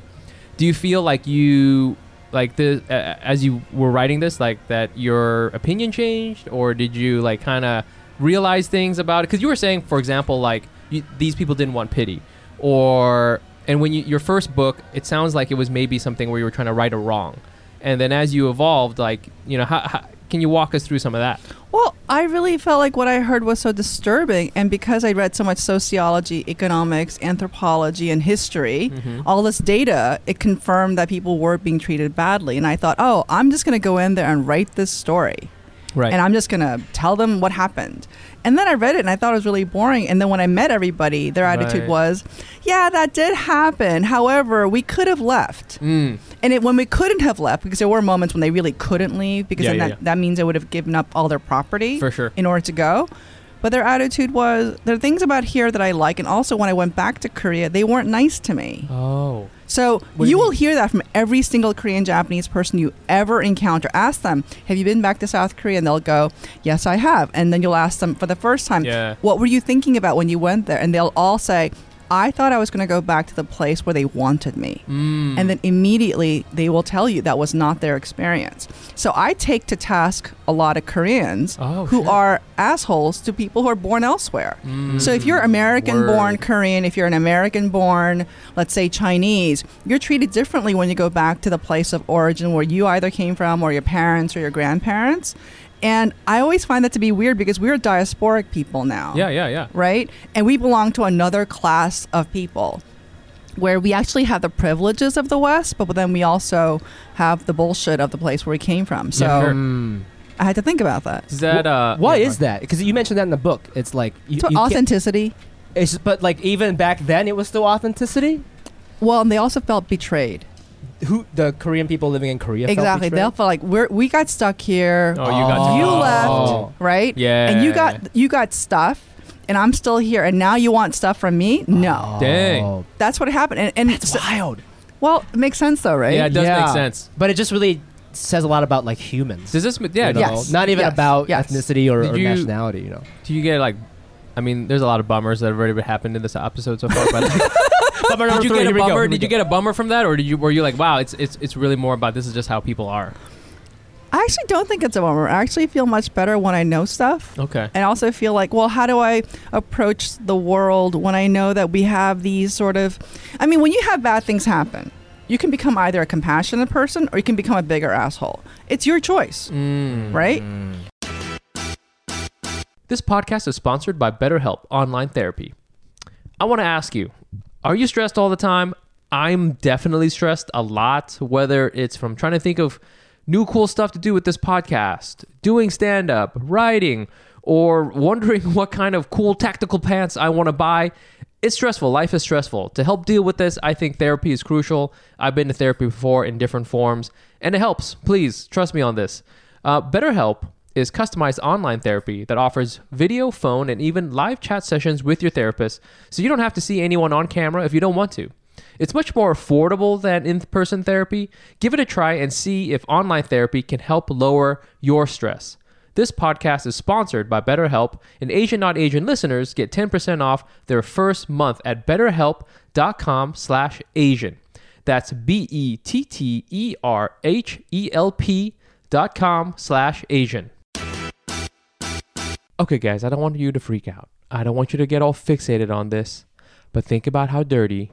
A: Do you feel like you like the uh, as you were writing this like that your opinion changed or did you like kind of realize things about it because you were saying for example like you, these people didn't want pity or and when you your first book it sounds like it was maybe something where you were trying to right a wrong and then as you evolved like you know how, how can you walk us through some of that
C: Well, I really felt like what I heard was so disturbing, and because I read so much sociology, economics, anthropology, and
A: Mm-hmm.
C: history, all this data, it confirmed that people were being treated badly. And I thought, oh, I'm just going to go in there and write this story,
A: right
C: and I'm just going to tell them what happened. And then I read it, and I thought it was really boring. And then when I met everybody, their attitude
A: Right.
C: was, yeah, that did happen. However, we could have left.
A: mm,
C: And it, when we couldn't have left, because there were moments when they really couldn't leave, because
A: Yeah,
C: then
A: yeah,
C: that,
A: yeah.
C: that means they would have given up all their property
A: for sure
C: in order to go. But their attitude was there are things about here that I like, and also when I went back to Korea, they weren't nice to me.
A: oh
C: So
A: do
C: you
A: you
C: will
A: mean?
C: hear that from every single Korean Japanese person you ever encounter. Ask them, "Have you been back to South Korea?" And they'll go, "Yes, I have." And then you'll ask them for the first time,
A: yeah
C: "What were you thinking about when you went there?" And they'll all say, "I thought I was going to go back to the place where they wanted me."
A: mm.
C: and then immediately they will tell you that was not their experience. So I take to task a lot of Koreans
A: Oh,
C: who
A: shit.
C: are assholes to people who are born elsewhere.
A: Mm.
C: So if you're American born
A: Word.
C: Korean, if you're an American born, let's say Chinese, you're treated differently when you go back to the place of origin where you either came from or your parents or your grandparents. And I always find that to be weird because we're diasporic people now
A: yeah yeah yeah
C: right? And we belong to another class of people where we actually have the privileges of the West, but then we also have the bullshit of the place where we came from. So
A: Yeah, sure.
B: Mm.
C: I had to think about that.
A: is that uh
B: Why
A: yeah,
B: is that? Because you mentioned that in the book. It's like you,
C: So
B: you can't-
C: authenticity.
B: it's just- but like even back then, it was still authenticity.
C: Well, and they also felt betrayed.
B: Who the Korean people living in Korea? felt
C: exactly. They
B: betrayed?
C: felt like we're, we got stuck here.
A: Oh, you got
C: You
A: Oh.
C: left, right?
A: Yeah.
C: And you got you got stuff, and I'm still here. And now you want stuff from me? No,
B: Oh.
A: Dang.
C: that's what happened. And, and
B: It's
C: so-
B: wild.
C: well, it makes sense though, right?
A: yeah it does
B: Yeah.
A: make sense
B: But it just really says a lot about like humans.
A: does this yeah
B: you know?
C: Yes.
B: Not even
C: Yes.
B: about
C: Yes.
B: ethnicity or,
A: Did
B: or
A: you-
B: nationality. You know.
A: Do you get like? I mean, there's a lot of bummers that have already happened in this episode so far, but like,
B: Bummer
A: Did
B: number
A: you
B: three.
A: get a
B: Here we go.
A: bummer?
B: Here we
A: Did you
B: go.
A: get a bummer from that, or did you were you like, wow, it's it's it's really more about this is just how people are?
C: I actually don't think it's a bummer. I actually feel much better when I know stuff.
A: Okay.
C: And also feel like, well, how do I approach the world when I know that we have these sort of. I mean, when you have bad things happen, you can become either a compassionate person or you can become a bigger asshole. It's your choice,
A: Mm.
C: right?
A: This podcast is sponsored by BetterHelp Online Therapy. I want to ask you Are you stressed all the time? I'm definitely stressed a lot, whether it's from trying to think of new cool stuff to do with this podcast, doing stand up, writing, or wondering what kind of cool tactical pants I want to buy. It's stressful. Life is stressful. To help deal with this, I think therapy is crucial. I've been to therapy before in different forms, and it helps. Please trust me on this. Uh, BetterHelp is customized online therapy that offers video, phone, and even live chat sessions with your therapist, so you don't have to see anyone on camera if you don't want to. It's much more affordable than in person therapy. Give it a try and see if online therapy can help lower your stress. This podcast is sponsored by BetterHelp, and Asian Not Asian listeners get 10% off their first month at betterhelp.com slash Asian. That's E B-E-T-T-E-R-H-E-L-P E dot com slash Asian. Okay, guys, I don't want you to freak out. I don't want you to get all fixated on this, but think about how dirty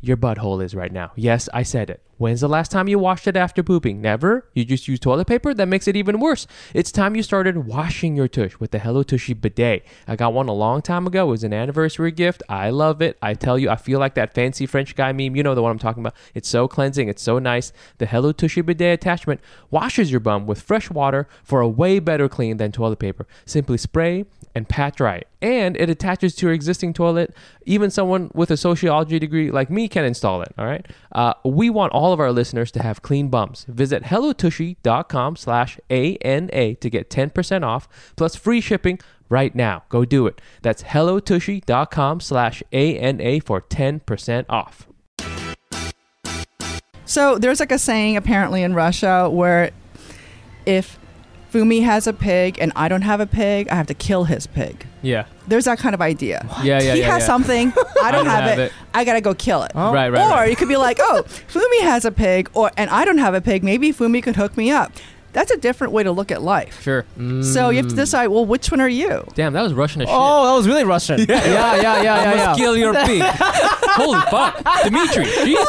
A: your butthole is right now. Yes, I said it. When's the last time you washed it after pooping? Never? You just use toilet paper? That makes it even worse. It's time you started washing your tush with the Hello Tushy bidet. I got one a long time ago. It was an anniversary gift. I love it. I tell you, I feel like that fancy French guy meme. You know the one I'm talking about. It's so cleansing. It's so nice. The Hello Tushy bidet attachment washes your bum with fresh water for a way better clean than toilet paper. Simply spray and pat dry. And it attaches to your existing toilet. Even someone with a sociology degree like me can install it. All right. Uh, we want all of our listeners to have clean bums. Visit hellotushy.com slash ANA to get 10% off plus free shipping right now. Go do it. That's hellotushy.com slash ANA for 10% off.
C: So there's like a saying apparently in Russia where if Fumi has a pig and I don't have a pig, I have to kill his pig.
A: Yeah.
C: There's that kind of idea.
A: Oh, Yeah,
C: he has something, I don't have, it, I gotta go kill it.
B: Oh.
A: Right, right,
C: or
A: right.
C: you could be like, oh, Fumi has a pig, or and I don't have a pig. Maybe Fumi could hook me up. That's a different way to look at life.
A: Sure. Mm.
C: So you have to decide, well, which one are you?
A: Damn, that was Russian as shit.
B: Oh, that was really Russian. yeah, yeah, yeah, yeah, yeah.
A: Must kill your pig. Holy fuck, Dimitri, Jesus.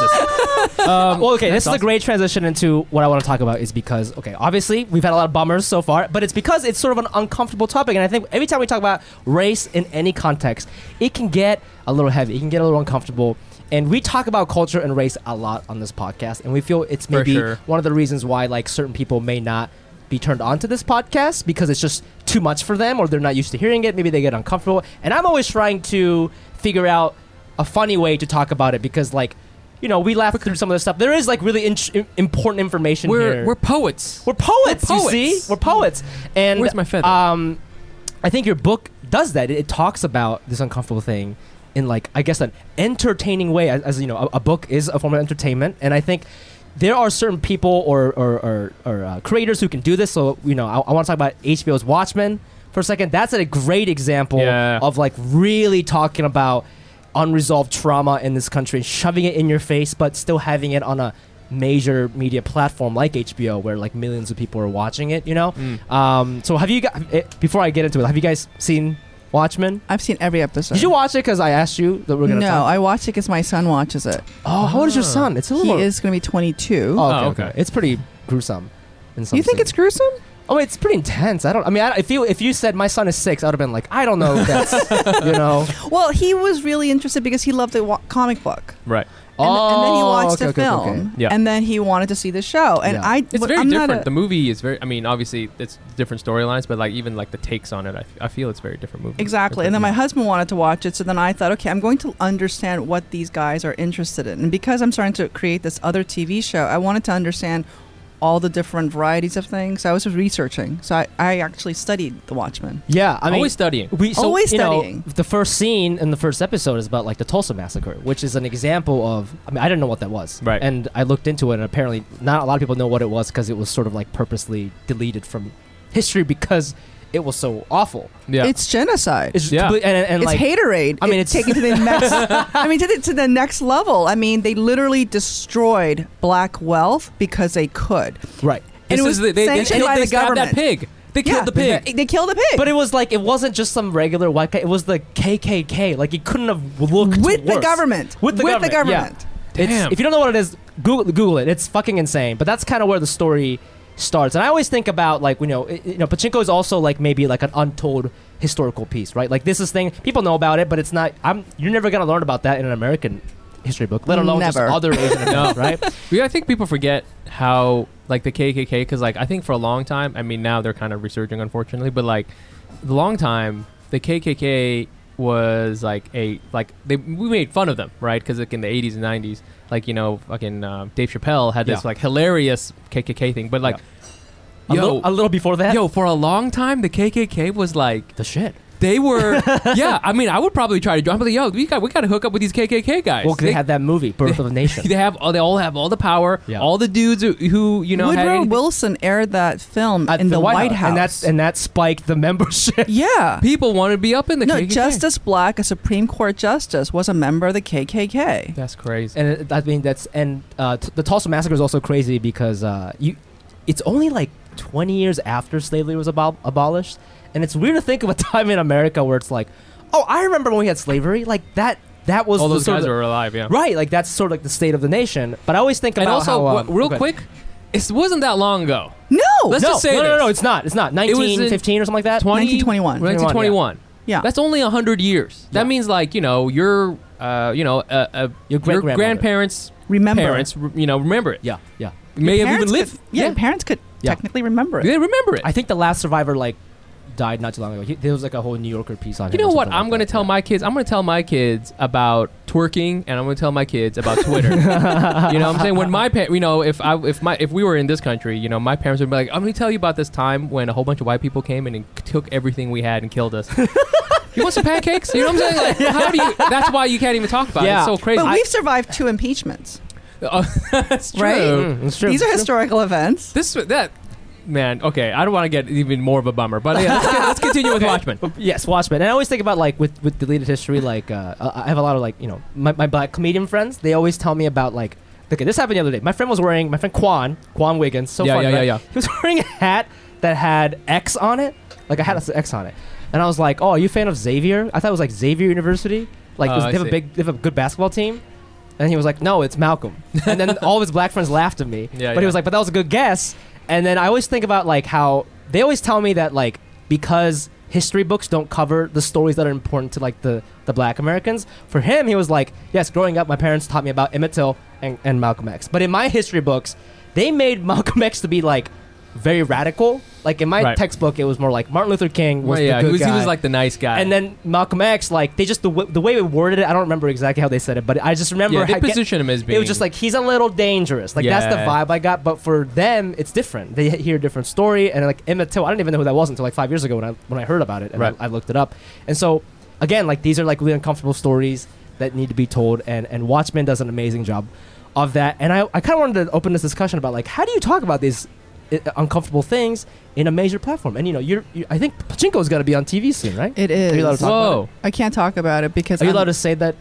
B: Um, well, okay,
A: That's
B: this is a
A: awesome.
B: great transition into what I want to talk about is because, okay, obviously we've had a lot of bummers so far, but it's because it's sort of an uncomfortable topic. And I think every time we talk about race in any context, it can get a little heavy, it can get a little uncomfortable. And we talk about culture and race a lot on this podcast, and we feel it's
A: For
B: maybe
A: sure.
B: one of the reasons why like certain people may not be turned on to this podcast because it's just too much for them or they're not used to hearing it maybe they get uncomfortable and i'm always trying to figure out a funny way to talk about it because like you know we laugh through some of this stuff there is like really in- important information
A: We're
B: here
A: we're poets.
B: we're poets,
A: We're poets.
B: you see? We're poets. And
A: Where's my
C: uh,
A: feather?
B: Um, I think your book does that. It, it talks about this uncomfortable thing in like I guess an entertaining way, as, as you know, a, a book is a form of entertainment, and I think. There are certain people or or, or, or uh, creators who can do this. So you know, I, I want to talk about HBO's Watchmen for a second. That's a great example
A: Yeah.
B: of like really talking about unresolved trauma in this country and shoving it in your face, but still having it on a major media platform like HBO, where like millions of people are watching it. You know.
A: Mm.
B: Um, so have you guys? Before I get into it, have you guys seen Watchmen?
C: I've seen every episode.
B: Did you watch it? Because I asked you that we're gonna.
C: no,
B: Talk?
C: I watch it because my son watches it.
B: Oh, how old is your son? It's a
C: He
B: little.
C: is going to be 22.
B: Oh, okay,
A: Oh,
B: okay.
A: okay.
B: It's pretty gruesome. In some
C: you think it's
B: sense.
C: gruesome?
B: Oh, it's pretty intense. I don't. I mean, I, if you if you said my son is six, I would have been like, I don't know. If that's you know.
C: Well, he was really interested because he loved the wa- comic book.
A: Right.
C: And, and then he
B: Oh,
C: watched
B: okay,
C: the
B: okay, okay,
C: film,
B: okay.
A: Yeah.
C: and then he wanted to see the show. And
B: Yeah.
C: I,
A: It's
C: but
A: very
C: I'm not
A: different.
C: a-
A: the movie is very. I mean, obviously, it's different storylines, but like even like the takes on it, I, f- I feel it's very different movie.
C: Exactly. And then my husband wanted to watch it. So then I thought, okay, I'm going to understand what these guys are interested in. And because I'm starting to create this other TV show, I wanted to understand all the different varieties of things. So I was researching. So I, I actually studied The Watchmen.
B: Yeah, I mean,
A: always studying.
B: We so,
C: Always
B: you know,
C: studying.
B: the first scene in the first episode is about like the Tulsa massacre, which is an example of. I mean, I didn't know what that was,
A: Right.
B: And I looked into it, and apparently, not a lot of people know what it was because it was sort of like purposely deleted from history because it was so awful.
A: Yeah.
C: It's genocide. It's,
B: It's
A: Yeah.
B: yeah. and, and, and like
C: haterade.
B: I mean,
C: it's
B: it's-
C: taken to the next. I mean, to the, to the next level. I mean, they literally destroyed black wealth because they could.
B: right.
A: This
C: And it
A: is
C: was
A: the- they, they,
C: sanctioned
A: they,
C: by
A: they
C: the
A: stabbed
C: government.
A: that pig. They
C: Yeah,
A: killed the pig.
C: They, they killed the pig.
B: But it was like it wasn't just some regular white guy. It was the KKK. Like it couldn't have looked
C: with the
B: worse.
C: government.
B: With the government.
C: government.
B: Yeah. It's-
A: Damn.
B: if you don't know what it is, Google, Google it. It's fucking insane. But that's kind of where the story starts. And I always think about like you know it- you know pachinko is also like maybe like an untold historical piece, right? Like this is thing people know about it, but it's not. I'm you're never gonna learn about that in an American history book, let alone just
C: Never.
B: other Asian Americans, right?
A: Yeah, I think people forget how like the KKK because like I think for a long time, I mean now they're kind of resurging unfortunately, but like the long time the KKK was like a like they we made fun of them right because like in the 80s and 90s like you know fucking um, Dave Chappelle had this
B: Yeah.
A: like hilarious KKK thing, but like
B: A,
A: yo
B: little, a little before that.
A: yo for a long time the KKK was like
B: the shit.
A: they were yeah I mean I would probably try to join but like yo we got we got to hook up with these KKK guys
B: Well, 'cause they had that movie, Birth of a Nation.
A: they have all they all have all the power.
B: Yeah.
A: All the dudes who, who you know had
C: Woodrow
A: anything-
C: Wilson aired that film in the, White, House.
B: and that's and that spiked the membership.
C: yeah.
A: people wanted to be up in the
C: No,
A: KKK.
C: Justice Black, a Supreme Court justice, was a member of the KKK.
A: That's crazy.
B: And it, I mean that's and uh, t- the Tulsa massacre is also crazy because uh, you, it's only like 20 years after slavery was abol- abolished, and it's weird to think of a time in America where it's like, oh, I remember when we had slavery, like that. That was
A: all
B: the
A: those
B: sort
A: guys
B: of-
A: were alive. Yeah.
B: right. Like that's sort of like the state of the nation. But I always think
A: And
B: about
A: also,
B: how, um,
A: w- real
B: okay.
A: quick, it wasn't that long ago.
C: No.
A: Let's
B: no,
A: just say
B: no, no, no,
A: this.
B: it's not. It's not
A: was in
B: 1915 or something like that.
A: 20,
C: 1921.
A: 1921.
C: Yeah.
A: That's only hundred years. That
B: Yeah.
A: means like you know your uh, you know uh, uh,
B: Your great-grandmother.
A: grandparents
C: remember.
A: parents r- you know remember it.
B: Yeah, yeah.
A: May have even
C: Parents
A: lived.
C: Could, yeah, Parents could
B: Yeah.
C: technically remember it.
A: They remember it.
B: I think the last survivor like died not too long ago. He, there was like a whole New Yorker piece on him.
A: You know
B: or
A: what?
B: something like
A: I'm gonna
B: that.
A: tell my kids. I'm gonna tell my kids about twerking, and I'm gonna tell my kids about Twitter. you know, what I'm saying when my parents, you know, if I if my if we were in this country, you know, my parents would be like, I'm gonna tell you about this time when a whole bunch of white people came in and took everything we had and killed us. you want some pancakes? You know what I'm saying? Like, how do you? That's why you can't even talk about
B: Yeah.
A: it. It's so crazy.
C: but
A: I-
C: we've survived two impeachments.
A: Oh, that's true.
C: Right?
B: Mm, it's true.
C: These are historical events.
A: This that man. Okay, I don't want to get even more of a bummer, but yeah, let's, get- let's continue with Watchmen.
B: Yes, Watchmen. And I always think about like with, with deleted history, like uh, I I have a lot of like you know my, my black comedian friends. They always tell me about like okay, this happened the other day. My friend was wearing my friend Quan Quan Wiggins. So
A: Yeah,
B: funny,
A: yeah,
B: right?
A: yeah, yeah.
B: He was wearing a hat that had X on it, like a hat that said X on it. And I was like, oh, are you a fan of Xavier? I thought it was like Xavier University. Like
A: Oh,
B: this-
A: I
B: they have
A: see.
B: a big, they have a good basketball team. And he was like, no, it's Malcolm. And then all of his black friends laughed at me.
A: Yeah,
B: but
A: yeah.
B: he was like, but that was a good guess. And then I always think about like how they always tell me that like because history books don't cover the stories that are important to like the, the black Americans, for him he was like, Yes, growing up my parents taught me about Emmett Till and, and Malcolm X. But in my history books, they made Malcolm X to be like very radical. Like in my
A: Right.
B: textbook it was more like Martin Luther King was
A: Well, yeah,
B: the good
A: he was,
B: guy.
A: he was like the nice guy.
B: and then Malcolm X, like they just the, w- the way we worded it, I don't remember exactly how they said it, but I just remember
A: yeah, they
B: how- get-
A: position him as being.
B: it was just like he's a little dangerous. Like that's the
A: Yeah.
B: vibe I got. But for them, it's different. They hear a different story, and like Emmett Till, I didn't even know who that was until like five years ago when I when I heard about it and
A: Right.
B: I, I looked it up. And so again, like these are like really uncomfortable stories that need to be told, and and Watchmen does an amazing job of that. And I I kind of wanted to open this discussion about like how do you talk about these i- uncomfortable things in a major platform? And you know, you're, you I think Pachinko's got to be on TV soon, right?
C: It
B: Are you allowed to
C: is.
B: talk about
A: whoa.
B: it?
C: I can't talk about it because
B: Are you
C: I'm-
B: allowed to say that?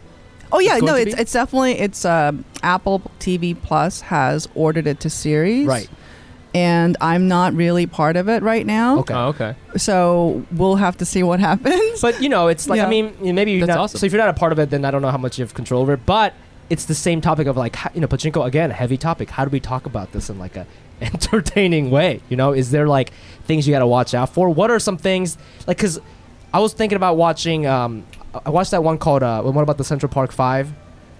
C: Oh yeah,
B: It's going
C: no,
B: to
C: it's
B: be?
C: it's definitely it's um, Apple TV Plus has ordered it to series,
B: Right.
C: And I'm not really part of it right now,
B: Okay.
A: Oh, okay.
C: so we'll have to see what happens.
B: But you know, it's like
C: Yeah.
B: I mean, you- maybe you're
A: That's
B: not.
A: awesome.
B: So if you're not a part of it, then I don't know how much you have control over. it. But it's the same topic of like ho- you know, pachinko again, heavy topic. How do we talk about this in like a entertaining way? You know, is there like things you got to watch out for? What are some things like? Because I was thinking about watching. Um, I- I watched that one called uh, "What About the Central Park Five?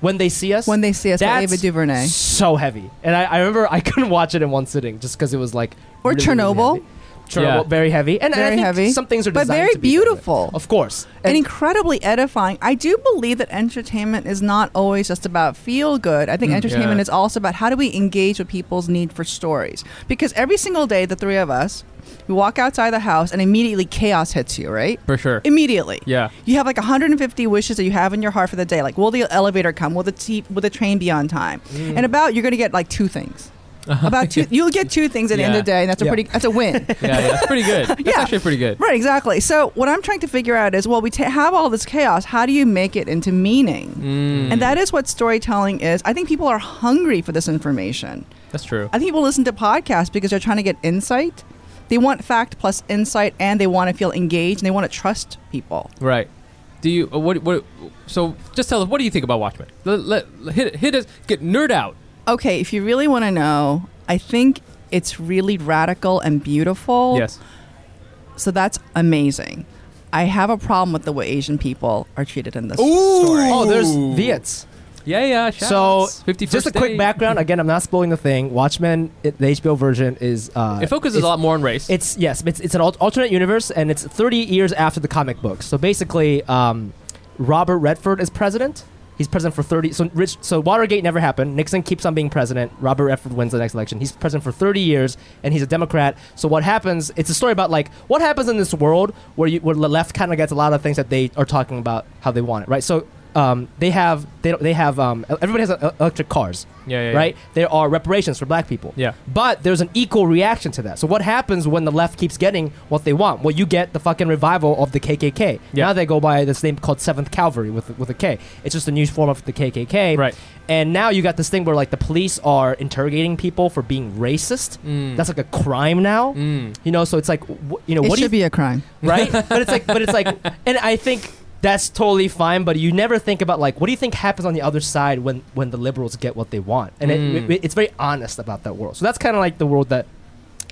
B: When they see us.
C: When they see us, by
B: That's
C: Ava DuVernay
B: so heavy, and I, I remember I couldn't watch it in one sitting just because it was like
C: or
B: really, really
C: Chernobyl,
B: heavy. Chernobyl,
A: Yeah.
B: very heavy, and, and I
C: Very
B: think
C: heavy,
B: Some things are
C: but
B: designed
C: very
B: to be that way.
C: beautiful.
B: of course.
C: and incredibly edifying. I do believe that entertainment is not always just about feel good. I think entertainment
A: Mm, Yeah.
C: is also about how do we engage with people's need for stories. Because every single day, the three of us, we walk outside the house and immediately chaos hits you, right?
A: For sure.
C: Immediately.
A: Yeah.
C: You have like 150 wishes that you have in your heart for the
A: Mm.
C: day. Like, will the elevator come? Will the t- will the train be on time? And about you're going to get like two things. About two, you'll get two things at the end of the
A: Yeah.
C: day, and that's a
A: Yeah.
C: pretty, that's a win.
A: yeah, yeah, that's pretty good. That's
C: Yeah.
A: actually pretty good.
C: Right, exactly. So what I'm trying to figure out is, well, we ta have all this chaos. How do you make it into meaning?
A: Mm,
C: And that is what storytelling is. I think people are hungry for this information.
A: that's true.
C: I think people listen to podcasts because they're trying to get insight. They want fact plus insight, and they want to feel engaged, and they want to trust people.
A: Right. Do you uh, what what? So just tell us what do you think about Watchmen? Let, let- hit hit us get nerd out.
C: Okay, if you really want to know, I think it's really radical and beautiful.
A: Yes.
C: So that's amazing. I have a problem with the way Asian people are treated in this story.
B: Oh, there's
A: Ooh.
B: Viets.
A: Yeah, yeah.
B: So,
A: shouts. 51st
B: just a quick
A: date.
B: background. Again, I'm not spoiling the thing. Watchmen, it, the HBO version is. Uh,
A: It focuses
B: it's-
A: a lot more on race.
B: It's yes, it's, it's an al- alternate universe, and it's 30 years after the comic book. So basically, um, Robert Redford is president. He's president for 30. So Rich, so Watergate never happened. Nixon keeps on being president. Robert Redford wins the next election. He's president for 30 years, and he's a Democrat. So what happens? It's a story about like what happens in this world where you where the left kind of gets a lot of things that they are talking about how they want it, right? So. Um, they have they don't, they have um, everybody has uh, electric cars,
A: yeah, yeah, yeah.
B: right? There are reparations for black people.
A: Yeah.
B: But there's an equal reaction to that. So what happens when the left keeps getting what they want? Well, you get the fucking revival of the KKK.
A: Yeah.
B: Now they go by this name called Seventh Cavalry with with a K. It's just a new form of the KKK.
A: Right.
B: And now you got this thing where like the police are interrogating people for being racist.
A: Mm.
B: That's like a crime now.
A: Mm.
B: You know, so it's like wh- you know
C: it
B: what do you
C: should be a crime.
B: right? but it's like, but it's like, and I think that's totally fine. But you never think about like, what do you think happens on the other side when when the liberals get what they want? And it-
A: Mm.
B: it, it's very honest about that world. So that's kind of like the world that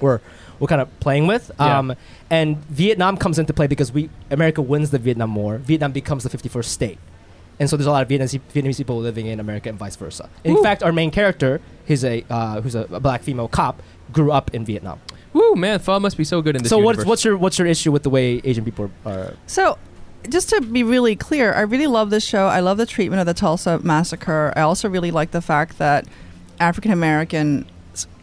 B: we're we're kind of playing with.
A: Yeah.
B: Um, and Vietnam comes into play because we America wins the Vietnam War. Vietnam becomes the 51st state. And so there's a lot of Vietnamese, Vietnamese people living in America and vice versa. In
A: Woo.
B: fact, our main character, who's a uh, who's a, a black female cop, grew up in Vietnam.
A: Woo, man, pho must be so good in this.
B: So what's
A: universe.
B: what's your what's your issue with the way Asian people are
C: So, just to be really clear, I really love this show. I love the treatment of the Tulsa massacre. I also really like the fact that African Americans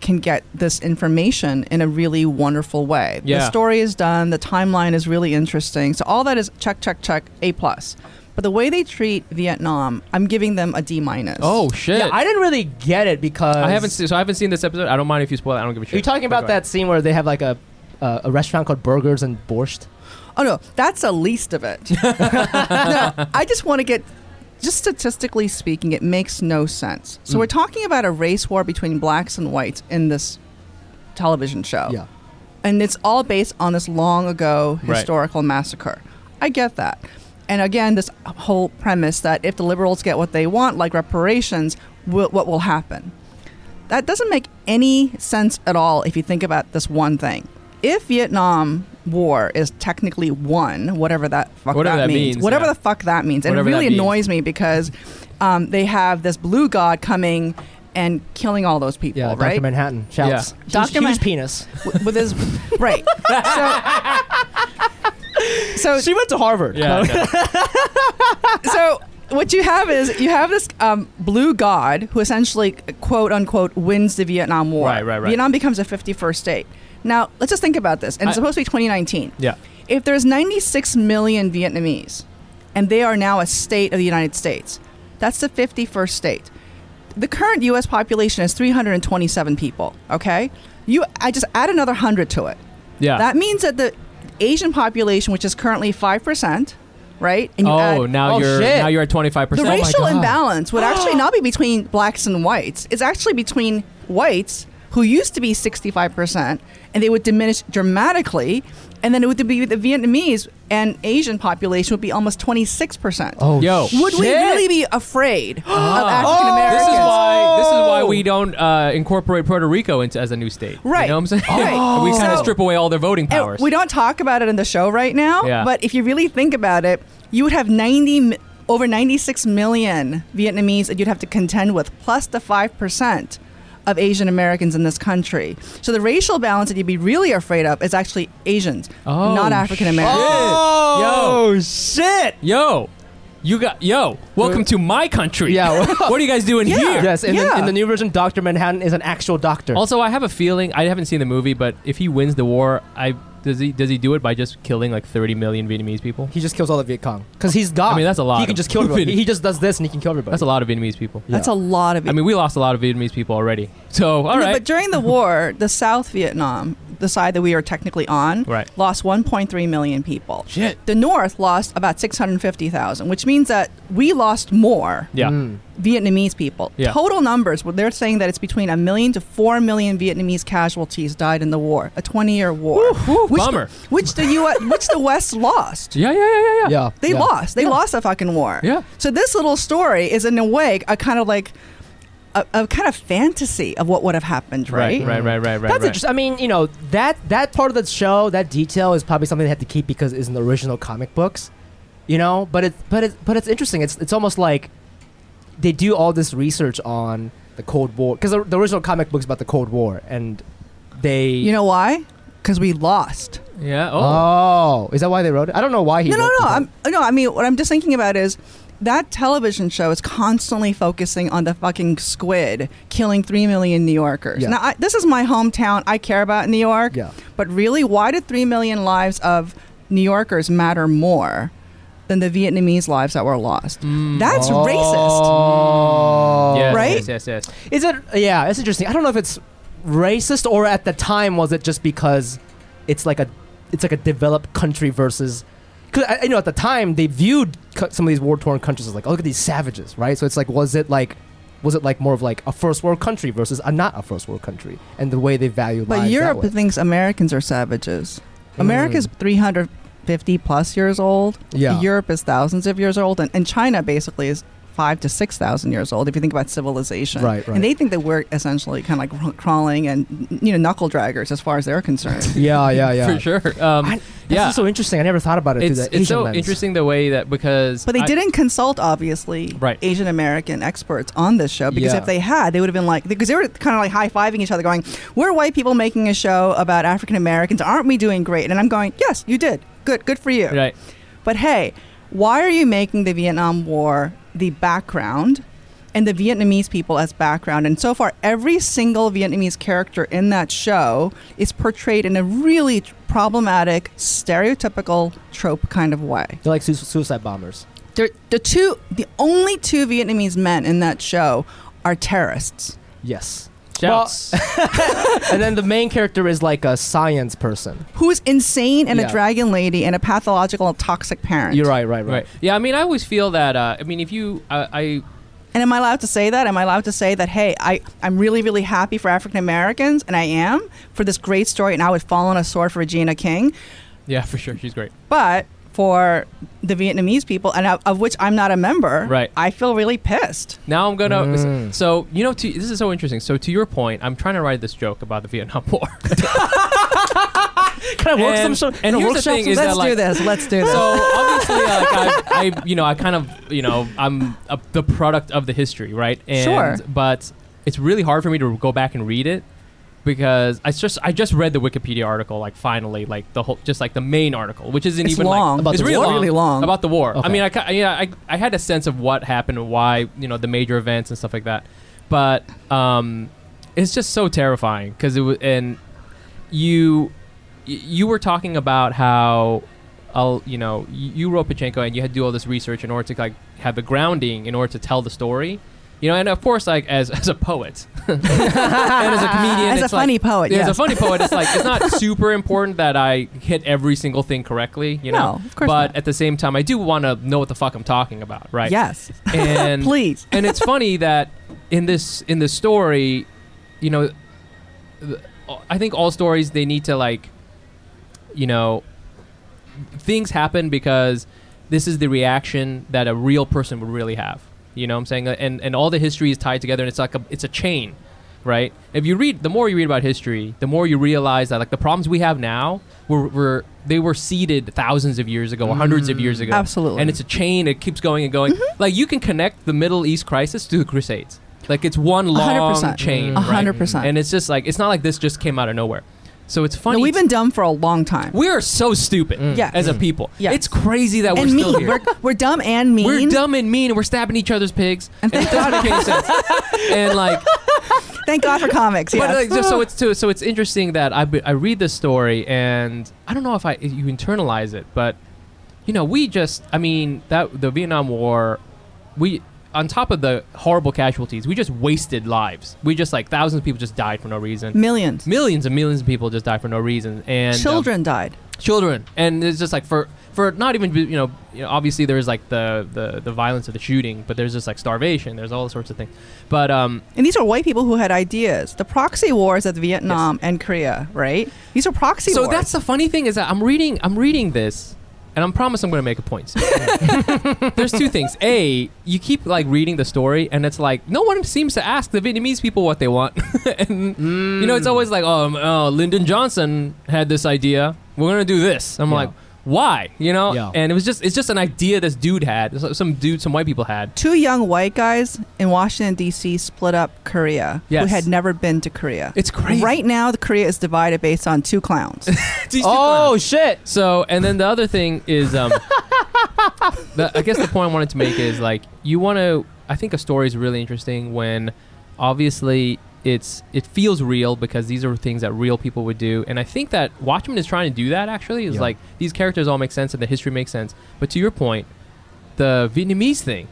C: can get this information in a really wonderful way.
A: Yeah.
C: The story is done, the timeline is really interesting. So all that is check check check A plus. But the way they treat Vietnam, I'm giving them a D minus.
A: oh shit?
B: Yeah, I didn't really get it because
A: I haven't seen, so I haven't seen this episode. I don't mind if you spoil it. I don't give a shit.
B: Are you talking
A: Go
B: about
A: ahead.
B: that scene where they have like a uh, a restaurant called Burgers and Borscht?
C: Oh no, that's the least of it. no, I just want to get just statistically speaking, it makes no sense. So
A: Mm.
C: we're talking about a race war between blacks and whites in this television show.
B: Yeah.
C: And it's all based on this long ago
A: Right.
C: historical massacre. I get that. And again, this whole premise that if the liberals get what they want, like reparations, wh- what will happen? That doesn't make any sense at all if you think about this one thing. If Vietnam War is technically won, whatever that fuck
A: Whatever that
C: means,
A: means,
C: whatever
A: yeah.
C: the fuck that means, and
A: Whatever
C: it
A: that
C: really
A: means.
C: annoys me because um, they have this blue god coming and killing all those people,
B: Yeah, Dr.
C: right?
B: Manhattan. Shouts.
A: Yeah.
B: Huge-
C: Dr.
B: Huge,
C: Man-
B: penis.
C: W- with his right. So, so
B: she went to Harvard.
A: Yeah, I know.
C: so what you have is you have this um, blue god who essentially quote unquote wins the Vietnam War.
A: Right, right, right.
C: Vietnam becomes a 51st state. Now let's just think about this. And
A: I-
C: it's supposed to be 2019.
A: yeah.
C: If there's 96 million Vietnamese, and they are now a state of the United States, that's the 51st state. The current U.S. population is 327 people. Okay, you I just add another hundred to it.
A: Yeah.
C: That means that the Asian population, which is currently five percent, right? And
A: oh, now oh
B: Oh,
A: you're
B: shit.
A: now you're at twenty five
C: the
A: percent.
C: racial imbalance would actually not be between blacks and whites. It's actually between whites who used to be 65% and they would diminish dramatically and then it would be the Vietnamese and Asian population would be almost 26%.
B: Oh,
A: Yo.
B: sh-
C: would we
A: shit. Ah.
C: really be afraid of African
B: Oh,
A: This
C: Americans?
A: is why this is why
C: Oh.
A: we don't uh, incorporate Puerto Rico into as a new state.
C: Right.
A: You know what I'm saying?
C: Right.
A: we kind of
C: So-
A: strip away all their voting
C: And
A: powers.
C: We don't talk about it in the show right now,
A: Yeah.
C: but if you really think about it, you would have 90 mi- over 96 million Vietnamese that you'd have to contend with plus the 5% of Asian Americans in this country. So the racial balance that you'd be really afraid of is actually Asians,
A: Oh,
C: not African Americans.
B: Oh, shit.
A: Yo, you got yo. Welcome to my country.
B: Yeah.
A: what are you guys doing here?
B: Yes, in, the,
C: Yeah.
B: in the new version, Dr. Manhattan is an actual doctor.
A: Also, I have a feeling I haven't seen the movie, but if he wins the war, I Does he does he do it by just killing like 30 million Vietnamese people?
B: He just kills all the Viet Cong because he's God.
A: I mean, that's a lot
B: He can
A: of
B: just kill everybody.
A: Viet-
B: He just does this and he can kill everybody.
A: That's a lot of Vietnamese people.
C: That's a lot of.
A: I mean, we lost a lot of Vietnamese people already. So, all
C: No,
A: right.
C: But during the war, the South Vietnam, the side that we are technically on,
A: Right.
C: lost 1.3 million people.
A: Shit.
C: The North lost about 650,000, which means that we lost more
A: Yeah.
B: Mm.
C: Vietnamese people.
A: Yeah.
C: Total numbers, well, they're saying that it's between a million to four million Vietnamese casualties died in the war, a 20-year war, which,
A: bummer.
C: which the U.S., which the West lost.
A: Yeah, yeah, yeah, yeah, yeah.
B: Yeah.
C: They
B: yeah.
C: lost. They lost a fucking war.
A: Yeah.
C: So this little story is in a way a kind of like a, a kind of fantasy of what would have happened, right?
A: Right, right, right, right, right.
B: That's
A: right.
B: interesting. I mean, you know, that that part of the show, that detail is probably something they had to keep because it's in the original comic books, you know. But it's but it's but it's interesting. It's it's almost like they do all this research on the Cold War because the, the original comic books about the Cold War and they
C: You know why? Because we lost.
A: Yeah. Oh.
B: Oh, is that why they wrote it? I don't know why he.
C: No, no,
B: wrote
C: no.
B: the-
C: I'm, no, I mean, what I'm just thinking about is that television show is constantly focusing on the fucking squid killing three million New Yorkers.
B: Yeah.
C: Now, I, this is my hometown. I care about New York.
B: Yeah.
C: But really, why did three million lives of New Yorkers matter more than the Vietnamese lives that were lost?
A: Oh.
C: That's racist.
B: Oh.
A: Mm. yes,
C: right?
A: Yes, yes, yes.
B: Is it? Yeah, it's interesting. I don't know if it's racist or at the time was it just because it's like a it's like a developed country versus because you know at the time they viewed cu- some of these war torn countries as like oh look at these savages right so it's like was it like was it like more of like a first world country versus a not a first world country and the way they value
C: But
B: lives
C: Europe
B: that way. Hmm. Mm.
C: thinks Americans are savages. America's 350 plus years old.
B: Yeah.
C: Europe is thousands of years old, and, and China basically is five to six thousand years old. If you think about civilization,
B: Right, right.
C: and they think that we're essentially kind of like cr- crawling and you know knuckle draggers as far as they're concerned.
B: yeah yeah yeah
A: For sure. Um,
B: I- This
A: yeah.
B: is so interesting I never thought about it
A: it's
B: through
A: it's
B: the Asian
A: so
B: lens.
A: interesting the way that because
C: But they
A: I-
C: didn't consult, obviously,
A: Right.
C: Asian American experts on this show because
B: Yeah.
C: if they had, they would have been like, because they were kind of like high fiving each other, going, "We're white people making a show about African Americans. Aren't we doing great?" And I'm going, "Yes, you did. Good, good for you."
A: Right.
C: But hey, why are you making the Vietnam War the background and the Vietnamese people as background? And so far, every single Vietnamese character in that show is portrayed in a really t- problematic, stereotypical trope kind of way.
B: they're like su- suicide bombers
C: They're, the two, the only two Vietnamese men in that show are terrorists.
B: yes
A: Shouts.
B: and then the main character is like a science person
C: Who's insane and
B: Yeah.
C: a dragon lady and a pathological and toxic parent.
B: you're right right right,
A: right. Yeah. I mean, I always feel that. Uh, I mean, if you, I I,
C: And am I allowed to say that? Am I allowed to say that, hey, I, I'm really, really happy for African Americans, and I am for this great story, and I would fall on a sword for Regina King,
A: yeah, for sure, she's great.
C: but for the Vietnamese people, and of, of which I'm not a member,
A: Right.
C: I feel really pissed.
A: Now I'm gonna.
B: Mm.
A: So you know, to, this is so interesting. So to your point, I'm trying to write this joke about the Vietnam War.
B: Kind of
A: And-
B: workshop.
A: and here's the thing is
C: Let's
A: that, like-
C: do this. Let's do this.
A: So obviously, uh, like, I, I, you know, I kind of, you know, I'm a, the product of the history, right? And,
C: Sure.
A: But it's really hard for me to go back and read it because I just, I just read the Wikipedia article, like finally, like the whole, just like the main article, which isn't
C: It's
A: even
C: long.
A: like
C: About
A: it's
C: the
A: really
C: war?
A: long,
C: Really long.
A: about the war.
B: Okay.
A: I mean, I, ca- yeah, I, I had a sense of what happened and why, you know, the major events and stuff like that, but um, it's just so terrifying because it was and you y- you were talking about how i you know you, you wrote Pachenko and you had to do all this research in order to like have the grounding in order to tell the story you know and of course like as, as a poet and as a comedian
C: As a
A: it's like-
C: funny poet,
A: yeah, as
C: yes.
A: a funny poet it's like it's not super important that I hit every single thing correctly you know
C: No, of course
A: but
C: not.
A: at the same time I do want to know what the fuck I'm talking about right Mm.
C: Yes.
A: and
C: Please.
A: and it's funny that in this in this story, you know, th- I think all stories they need to like, you know, things happen because this is the reaction that a real person would really have. You know what I'm saying? And and all the history is tied together and it's like a it's a chain, right? If you read the more you read about history, the more you realize that like the problems we have now were were they were seeded thousands of years ago, hundreds of years ago.
C: Absolutely.
A: And it's a chain, it keeps going and going.
C: Mm-hmm.
A: Like you can connect the Middle East crisis to the Crusades. Like it's one long
C: 100%.
A: chain.
C: A
A: right?
C: hundred percent.
A: And it's just like it's not like this just came out of nowhere. So it's funny.
C: No, we've been dumb for a long time.
A: we are so
B: Mm.
A: stupid
C: Yeah.
A: as a people.
C: Yeah.
A: It's crazy that
C: and
A: we're
C: mean.
A: still here.
C: We're, we're dumb and mean.
A: We're dumb and mean, and we're stabbing each other's pigs.
C: And
A: And it doesn't make any sense. And like,
C: Thank God for comics. Yes.
A: But like, just so it's too, so it's interesting that I, be- I read this story and I don't know if I if you internalize it, but you know we just I mean that the Vietnam War, we on top of the horrible casualties, we just wasted lives. We just like thousands of people just died for no reason.
C: millions.
A: Millions and millions of people just died for no reason, and um,
C: Children died.
A: children, and it's just like for for not even you know, you know obviously there's like the, the the violence of the shooting, but there's just like starvation, there's all sorts of things, but um
C: And these are white people who had ideas. The proxy wars of Vietnam and Korea, right? These are proxy
A: so
C: wars.
A: that's the funny thing is that I'm reading I'm reading this and I'm promise I'm going to make a point. soon. There's two things. A, you keep like reading the story and it's like no one seems to ask the Vietnamese people what they want. and you
B: Mm. Hmm.
A: know it's always like oh, um, oh Lyndon Johnson had this idea. We're going to do this. I'm
B: Yeah.
A: like why? You know?
B: Yeah.
A: And it was just it's just an idea this dude had. So- Some dude some white people had.
C: two young white guys in Washington D.C. split up Korea
A: Yes.
C: who had never been to Korea.
A: It's crazy.
C: Right now, the Korea is divided based on two clowns.
A: These two
B: Oh shit!
A: So, and then the other thing is, um, the, I guess the point I wanted to make is like you want to. I think a story is really interesting when, obviously, it's it feels real because these are things that real people would do, and I think that Watchmen is trying to do that. Actually, is
B: Yeah.
A: like these characters all make sense and the history makes sense. But to your point, the Vietnamese thing,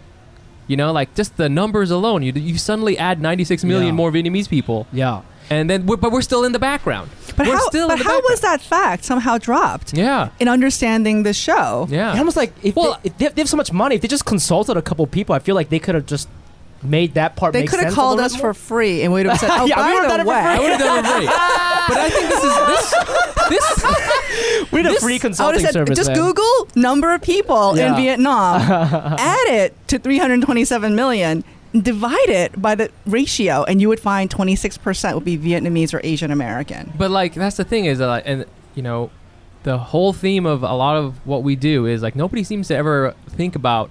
A: you know, like just the numbers alone, you you suddenly add 96 million
B: Yeah.
A: more Vietnamese people,
B: Yeah.
A: and then we're, but we're still in the background.
C: But
A: we're
C: how,
A: still
C: but
A: in the
C: how was that fact somehow dropped
A: Yeah.
C: in understanding the show?
A: Yeah.
B: It's almost like if,
A: Well-
B: they, if they, have, they have so much money, if they just consulted a couple people, I feel like they could have just made that part.
C: They
B: make
C: could have
B: sense a
C: called
B: little
C: us
B: bit
C: for free, and we'd have said, "Oh,
B: Yeah, we would've
C: by
B: done it
C: the
B: for
A: I
C: way."
A: would have done it for free. But I think this is this this
B: more. We need a
A: this-
B: free
C: I would
B: consulting
C: have said,
B: service.
C: just
B: man.
C: Google number of people
B: Yeah.
C: in Vietnam, add it to 327 million, divide it by the ratio, and you would find 26% would be Vietnamese or Asian American.
A: but like that's the thing is that like, and you know the whole theme of a lot of what we do is like nobody seems to ever think about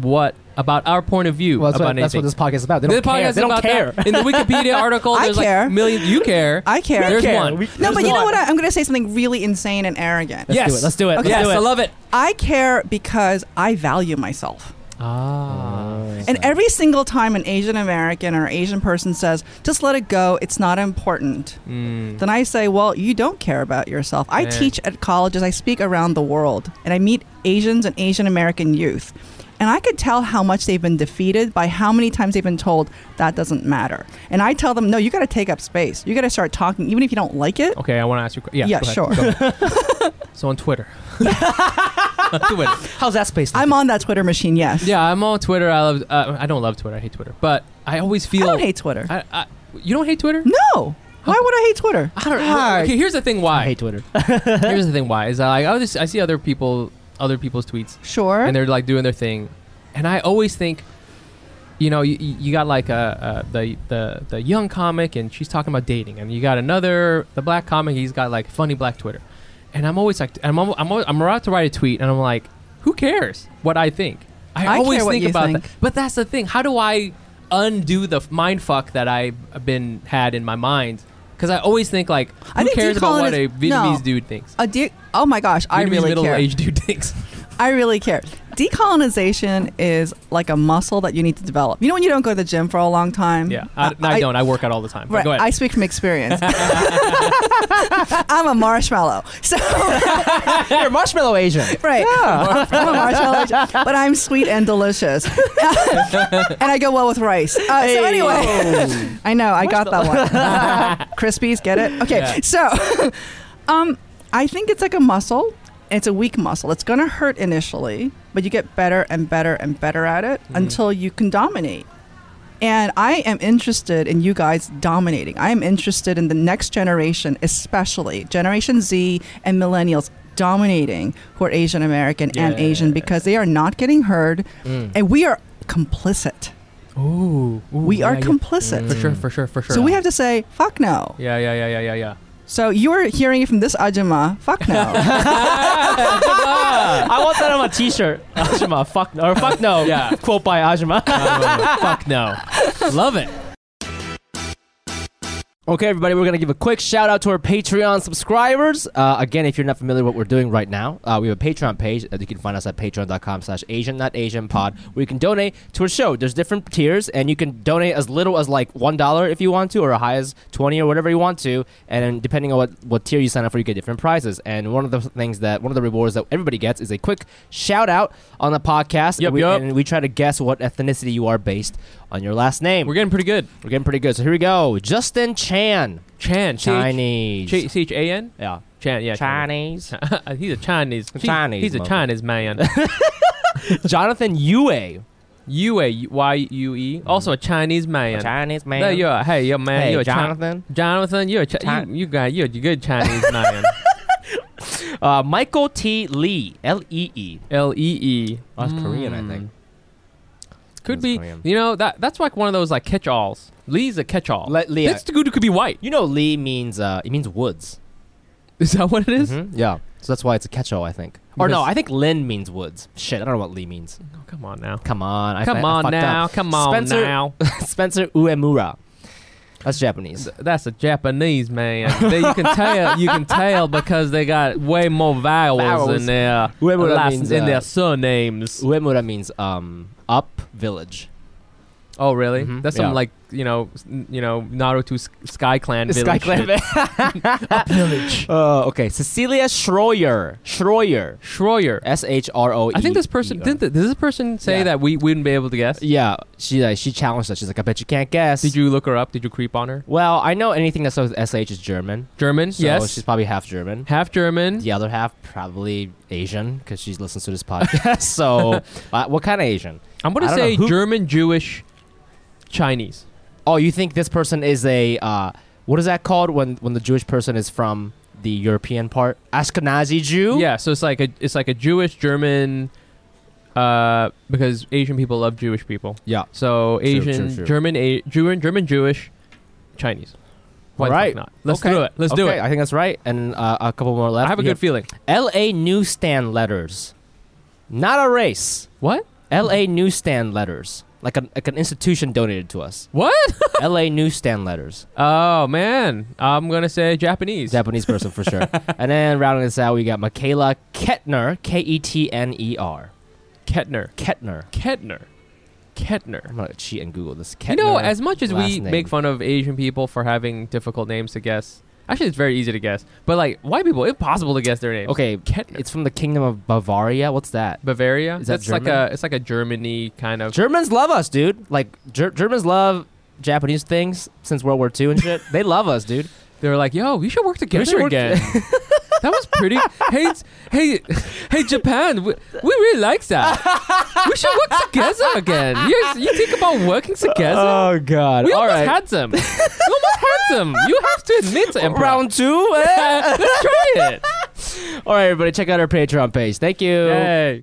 A: what about our point of view
B: Well, that's,
A: about
B: what, that's what
A: anything.
B: this podcast is about. They don't
A: The podcast
B: care.
A: is
B: They don't
A: about
B: care.
A: that. In the Wikipedia article,
C: I
A: there's
C: care.
A: like millions. You care.
C: I care.
A: There's
B: care.
A: one.
B: We-
C: No,
A: There's
C: but you know
A: one.
C: what? I, I'm going to say something really insane and arrogant.
B: Let's
A: yes.
B: do it. Let's do it. Let's
A: yes,
B: do it.
A: I love it.
C: I care because I value myself.
A: Ah.
B: Uh,
C: And every single time an Asian American or Asian person says, just let it go, it's not important,
A: Hmm.
C: then I say, well, you don't care about yourself. I
A: Yeah.
C: teach at colleges, I speak around the world, and I meet Asians and Asian American youth. And I could tell how much they've been defeated by how many times they've been told that doesn't matter. And I tell them, no, you got to take up space. You got to start talking, even if you don't like it.
A: Okay, I want to ask you. a que- Yeah.
C: Yeah,
A: go ahead,
C: sure.
A: go ahead. so on Twitter. Twitter.
B: How's that space?
C: I'm on that Twitter machine, yes.
A: Yeah, I'm on Twitter. I love. Uh, I don't love Twitter. I hate Twitter. But I always
C: I
A: feel.
C: don't hate Twitter.
A: I, I, you don't hate Twitter?
C: no. Why would I hate Twitter?
A: I don't. well, Okay, here's the thing.
B: I
A: Why?
B: hate Twitter.
A: Here's the thing. Why is that? Like, I just I see other people, other people's tweets,
C: Sure.
A: and they're like doing their thing, and I always think, you know, you, you got like uh uh the the the young comic, and she's talking about dating, and you got another the black comic, he's got like funny black Twitter, and I'm always like, I'm almo- I'm always, I'm about to write a tweet, and I'm like, who cares what I think?
C: I
A: always
C: care what
A: think
C: you
A: about
C: think.
A: that, but that's the thing. How do I undo the f- mind fuck that I've been had in my mind? Because I always think like, who
C: I think
A: cares about
C: decoloniz-
A: what a Vietnamese
C: no.
A: dude thinks?
C: A de- oh my gosh, I
A: Vietnamese
C: really care.
A: middle-aged dude thinks.
C: I really care. Decolonization is like a muscle that you need to develop. You know when you don't go to the gym for a long time?
A: Yeah, I, I don't. I work out all the time. But
C: Right,
A: Go ahead.
C: I speak from experience. I'm a marshmallow. So
B: You're marshmallow Asian.
C: right. I'm a marshmallow, but I'm sweet and delicious. and I go well with rice. Uh, So anyway,
A: Oh.
C: I know, I got that one. Crispies, get it? Okay,
A: Yeah.
C: so um, I think it's like a muscle. It's a weak muscle. It's going to hurt initially, but you get better and better and better at it
A: Mm-hmm.
C: until you can dominate. And I am interested in you guys dominating. I am interested in the next generation, especially Generation Z and millennials dominating who are Asian American and Asian
A: Yeah.
C: because they are not getting heard
B: Mm.
C: and we are complicit.
A: Ooh,
C: We are complicit.
A: For sure, for sure, for sure.
C: So we have to say, fuck no.
A: Yeah, yeah, yeah, yeah, yeah, yeah.
C: So you're hearing it from this Ajima. Fuck no.
B: I want that on my T-shirt. Ajima, fuck no, or fuck no.
A: Yeah.
B: Quote by Ajima.
A: fuck no. Love it.
B: Okay, everybody, we're going to give a quick shout out to our Patreon subscribers. Uh, again, if you're not familiar with what we're doing right now, uh, we have a Patreon page that you can find us at patreon.com slash Asian, not Asian pod, where you can donate to our show. There's different tiers, and you can donate as little as like $1 if you want to, or as high as 20 or whatever you want to. And then depending on what, what tier you sign up for, you get different prizes. And one of the things that, one of the rewards that everybody gets is a quick shout out on the podcast.
A: Yep,
B: and, we,
A: yep.
B: and we try to guess what ethnicity you are based on your last name.
A: We're getting pretty good.
B: We're getting pretty good. So here we go. Justin Chan.
A: Chan. C H-
B: Chinese.
A: Ch- C H A N?
B: yeah.
A: Chan, yeah.
B: Chinese.
A: Chinese. he's a Chinese.
B: A Chinese
A: He's a
B: mother.
A: Chinese man.
B: Jonathan Yue.
A: U A Y U E. Also a Chinese man.
B: Chinese man.
A: There you are. Hey, yo, man.
B: Hey,
A: you're a Chi-
B: Jonathan.
A: Jonathan, you're a Chi-
B: Chi-
A: you, you got you're a good Chinese man.
B: Uh, Michael T. Lee. L E E.
A: L E E. Mm.
B: Oh, That's Korean, I think.
A: Could
B: That's
A: be.
B: Korean.
A: You know that that's like one of those like catch-alls. Lee's a catch-all.
B: Le- Lee- uh,
A: this dude could be white.
B: You know, Lee means uh, it means woods.
A: Is that what it is?
B: Mhm. Yeah. So that's why it's a catch-all, I think. Or no,
A: Because-
B: I think Lin means woods. Shit, I don't know what Lee means.
A: Oh, come on now.
B: Come on. I,
A: Come
B: I- I
A: on
B: fucked
A: now.
B: up.
A: Come on
B: Spencer-
A: now.
B: Spencer Uemura. That's Japanese.
A: That's a Japanese man. They- you can tell. You can tell because they got way more vowels,
B: Vowels.
A: in their
B: Whoever that
A: last,
B: means,
A: in
B: uh,
A: their surnames.
B: Uemura means um, up village.
A: Oh, really?
B: Mhm.
A: That's some
B: Yeah.
A: like you know, s- you know, Naruto S- Sky Clan village.
B: Sky
A: shit.
B: Clan
A: village.
B: Uh, okay, Cecilia Schroyer. Schroyer.
A: Schroyer.
B: S H R O E.
A: I think this person
B: E R.
A: didn't. th- Did this person say
B: Yeah.
A: that we wouldn't be able to guess?
B: Yeah, she like, she challenged us. She's like, I bet you can't guess.
A: Did you look her up? Did you creep on her?
B: Well, I know anything that starts with S H is German.
A: German.
B: So
A: yes.
B: she's probably half German.
A: half German.
B: The other half probably Asian because she listens to this podcast. so, uh, what kind of Asian?
A: I'm
B: I
A: gonna
B: don't
A: say
B: know who-
A: German, Jewish, Chinese.
B: Oh, you think this person is a uh, what is that called when when the Jewish person is from the European part? Ashkenazi Jew.
A: Yeah, so it's like a it's like a Jewish German, uh, because Asian people love Jewish people.
B: Yeah.
A: So
B: True, true,
A: Asian,
B: true.
A: German, a- German, German, Jewish, Chinese. Why the fuck
B: Right.
A: not? Let's
B: Okay.
A: do it. Let's do
B: Okay,
A: it.
B: I think that's right. And uh, a couple more left.
A: I have a
B: here.
A: good feeling.
B: L.A. newsstand letters, not a race.
A: What?
B: L.A. newsstand letters, like an like an institution donated to us.
A: What?
B: L.A. newsstand letters,
A: oh man, I'm gonna say Japanese.
B: Japanese person for sure. and then rounding this out, we got Michaela Kettner, E K-E-T-N-E-R,
A: Kettner.
B: Kettner.
A: Kettner. Kettner.
B: I'm gonna cheat and Google this. Kettner.
A: You know, as much as we
B: last name.
A: make fun of Asian people for having difficult names to guess, actually it's very easy to guess. But like white people, impossible to guess their names.
B: okay,
A: Kettner.
B: it's from the Kingdom of Bavaria. What's that?
A: Bavaria.
B: Is that
A: That's like
B: German?
A: a it's like a Germany kind of.
B: Germans love us, dude. Like Ger- Germans love Japanese things since World War II and shit. they love us, dude.
A: They were like, "Yo, we should work together
B: should work
A: again." that was pretty. Hey, it's- hey, hey, Japan. We, we really like that. we should work together again. You, you think about working together?
B: Uh, God!
A: we almost had them. We almost had them. You have to admit, Emperor.
B: round two. eh?
A: Let's try it.
B: All right, everybody, check out our Patreon page. Thank you.
A: Yay.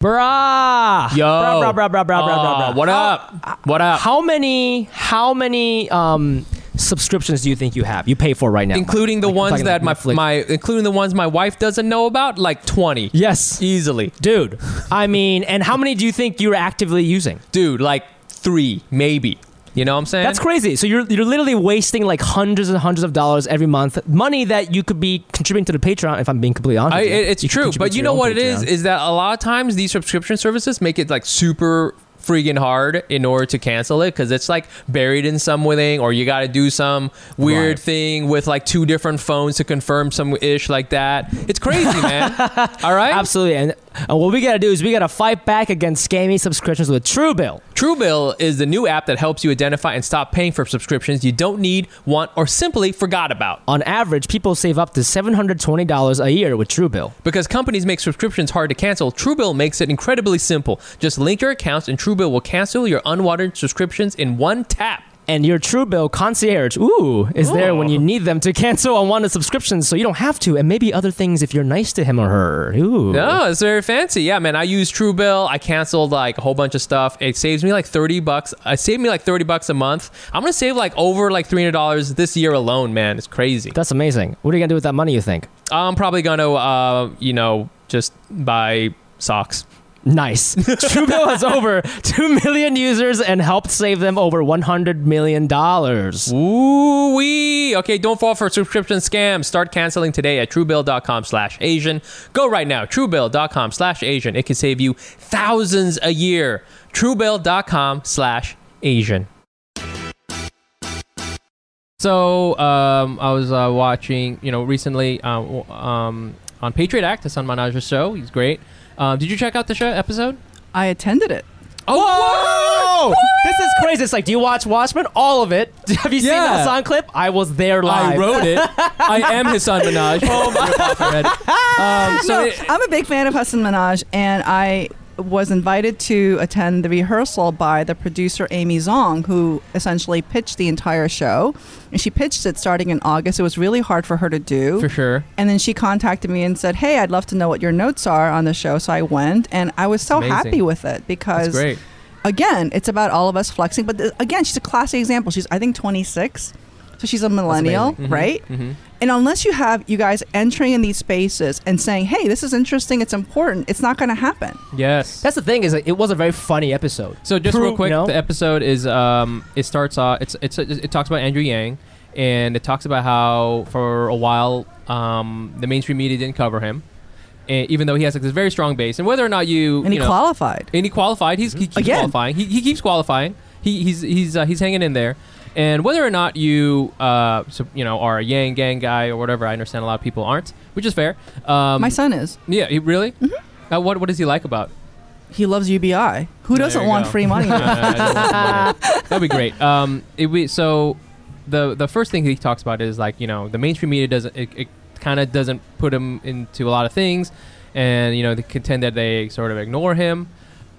B: Brah.
A: Yo.
B: Brah, brah, brah, brah, brah, brah, brah,
A: Aw,
B: brah.
A: what up? What up?
B: How many? How many um, subscriptions do you think you have? You pay for right now?
A: Including the
B: Like,
A: ones
B: like
A: that my
B: Netflix.
A: my including the ones my wife doesn't know about, like twenty
B: yes,
A: easily.
B: dude. I mean, and how many do you think you're actively using?
A: dude, like three, maybe. You know what I'm saying?
B: That's crazy. So you're you're literally wasting like hundreds and hundreds of dollars every month, money that you could be contributing to the Patreon. If I'm being completely honest,
A: I,
B: with you.
A: it, it's
B: You could
A: true,
B: contribute
A: but
B: to
A: you
B: your
A: know
B: own
A: what it is?
B: Patreon.
A: Is that a lot of times these subscription services make it like super freaking hard in order to cancel it because it's like buried in something or you got to do some weird
B: Right.
A: thing with like two different phones to confirm some ish like that. It's crazy, man. All right,
B: Absolutely. And, and what we got to do is we got to fight back against scammy subscriptions with Truebill.
A: Truebill is the new app that helps you identify and stop paying for subscriptions you don't need, want, or simply forgot about.
B: On average, people save up to $720 a year with Truebill.
A: Because companies make subscriptions hard to cancel, Truebill makes it incredibly simple. Just link your accounts and Truebill will cancel your unwanted subscriptions in one tap.
B: And your Truebill concierge, ooh, is there when you need them to cancel unwanted subscriptions so you don't have to, and maybe other things if you're nice to him or her. Ooh.
A: No, Oh, it's very fancy. Yeah, man. I use Truebill. I canceled like a whole bunch of stuff. It saves me like thirty bucks. It saved me like thirty bucks a month. I'm gonna save like over like three hundred dollars this year alone, man. It's crazy.
B: That's amazing. What are you going to do with that money, you think?
A: I'm probably gonna, uh, you know, just buy socks.
B: Nice. Truebill has over 2 million users and helped save them over $100 million.
A: Ooh wee! Okay, don't fall for subscription scams. Start canceling today at truebill.com slash Asian. Go right now, truebill.com slash Asian. It can save you thousands a year. Truebill.com slash Asian. So um, I was uh, watching, you know, recently um, w- um, on Patriot Act, Hassan Minaj's show. He's great. Um, did you check out the show episode?
C: I attended it.
B: Whoa! This is crazy. It's like, do you watch Watchmen? All of it. Have you seen
A: Yeah.
B: that song clip? I was there live.
A: I wrote it. I am Hassan Minaj. Oh my! Um, so
C: no,
A: it-
C: I'm a big fan of Hassan Minaj, and I was invited to attend the rehearsal by the producer Amy Zong, who essentially pitched the entire show. And she pitched it starting in August. It was really hard for her to do.
A: for sure.
C: And then she contacted me and said, "Hey, I'd love to know what your notes are on the show." So I went, and I was so
A: Amazing.
C: happy with it
A: That's
C: because
A: great.
C: again, it's about all of us flexing. But th- again, she's a classic example. She's I think 26, so she's a millennial,
A: amazing. Mhm.
C: right?
A: Mm-hmm.
C: And unless you have you guys entering in these spaces and saying, "Hey, this is interesting. It's important," it's not going to happen.
A: Yes.
B: That's the thing is, like, it was a very funny episode.
A: so just real
B: Prove-
A: quick,
B: you know?
A: the episode is um, it starts off. It's, it's it talks about Andrew Yang, and it talks about how for a while um, the mainstream media didn't cover him, and even though he has like this very strong base, and whether or not you
C: And
A: you
C: he
A: know,
C: qualified.
A: and he qualified. He's, he keeps
C: Again.
A: qualifying. He, he keeps qualifying. He, he's he's uh, he's hanging in there. And whether or not you uh so, you know are a Yang Gang guy or whatever, I understand a lot of people aren't, which is fair. Um,
C: My son Mm-hmm. is.
A: Yeah, he, really. Uh, what what does he like about?
C: He loves UBI. Who
A: There
C: doesn't
A: you
C: want
A: go.
C: free money?
A: Uh, that'd be great. Um, it, we, so the the first thing he talks about is like you know the mainstream media doesn't it, it kind of doesn't put him into a lot of things, and you know they contend that they sort of ignore him,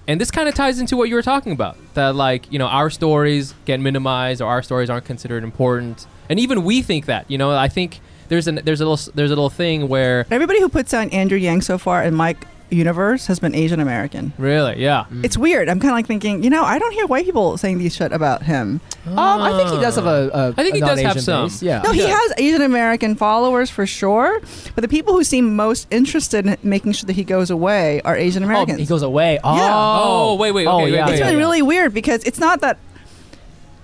A: and this kind of ties into what you were talking about that like you know our stories get minimized or our stories aren't considered important, and even we think that you know I think there's an there's a little s- there's a little thing where
C: Everybody who puts on Andrew Yang so far in my universe has been Asian American.
A: really yeah
C: It's weird. I'm kind of like thinking, you know, I don't hear white people saying these shit about him.
B: Um, I think he does have a. a
A: I think
B: a
A: he does have
B: non-Asian
A: some.
B: base. Yeah.
C: No, he
A: Yeah.
C: has Asian American followers for sure, but the people who seem most interested in making sure that he goes away are Asian
B: Oh,
C: Americans.
B: he goes away. Oh,
A: Oh, wait, wait,
B: Oh,
A: okay, wait,
B: yeah,
A: wait,
C: it's
B: yeah,
C: been
B: yeah.
C: really weird because it's not that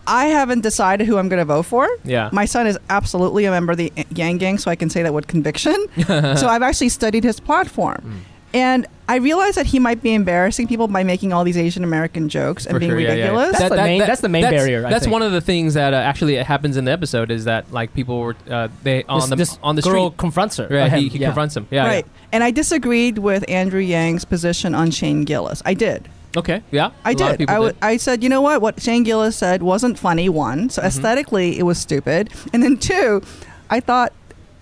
C: I haven't decided who I'm going to vote for.
A: yeah
C: My son is absolutely a member of the Yang Gang, so I can say that with conviction. so I've actually studied his platform.
A: Hmm.
C: And I realize that he might be embarrassing people by making all these Asian American jokes and
A: For
C: being
A: sure, yeah, yeah, yeah.
C: ridiculous.
B: That's the main- that's the main barrier, I
A: that's
B: think.
A: one of the things that uh, actually happens in the episode is that like people were uh, they on
B: This-
A: the
B: this
A: on the
B: girl
A: street.
B: confronts her.
A: Yeah,
B: or
A: he,
B: him,
A: he
B: yeah.
A: confronts him. Yeah,
C: right. And I disagreed with Andrew Yang's position on Shane Gillis. I did.
A: yeah. Okay. Yeah.
C: I
A: A lot of
C: did.
A: people
C: I, w- I said, you know what? What Shane Gillis said wasn't funny, one.
A: Mm-hmm.
C: So aesthetically, it was stupid. And then two, I thought,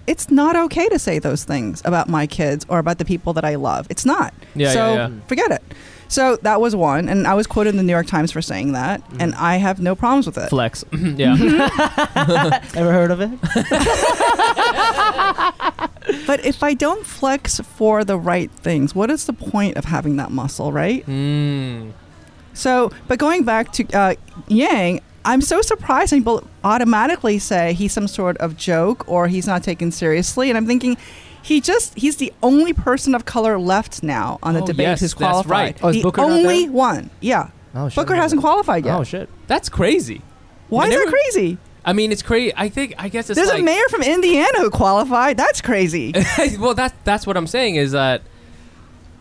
C: it's not okay to say those things about my kids or about the people that I love. It's not.
A: Yeah, yeah,
C: so
A: yeah.
C: forget it. So that was one. And I was quoted in the New York Times for saying that.
A: Mm-hmm.
C: And I have no problems with it.
A: flex. yeah.
B: Ever heard of it?
C: But if I don't flex for the right things, what is the point of having that muscle, right?
A: mm.
C: So, but going back to uh, Yang, I'm so surprised when people automatically say he's some sort of joke or he's not taken seriously. And I'm thinking, he just, he's the only person of color left now on the
A: Oh,
C: debate
A: yes,
C: who's
A: that's
C: qualified.
A: right.
B: Oh, is
C: the
B: Booker not
C: only
B: there?
C: one. Yeah.
B: Oh shit.
C: Booker hasn't qualified yet.
B: Oh shit.
A: That's crazy.
C: Why
A: I
C: is
A: never-
C: that crazy?
A: I mean, it's crazy. I think. I guess it's
C: There's
A: like,
C: a mayor from Indiana who qualified. That's crazy.
A: well, that's that's what I'm saying is that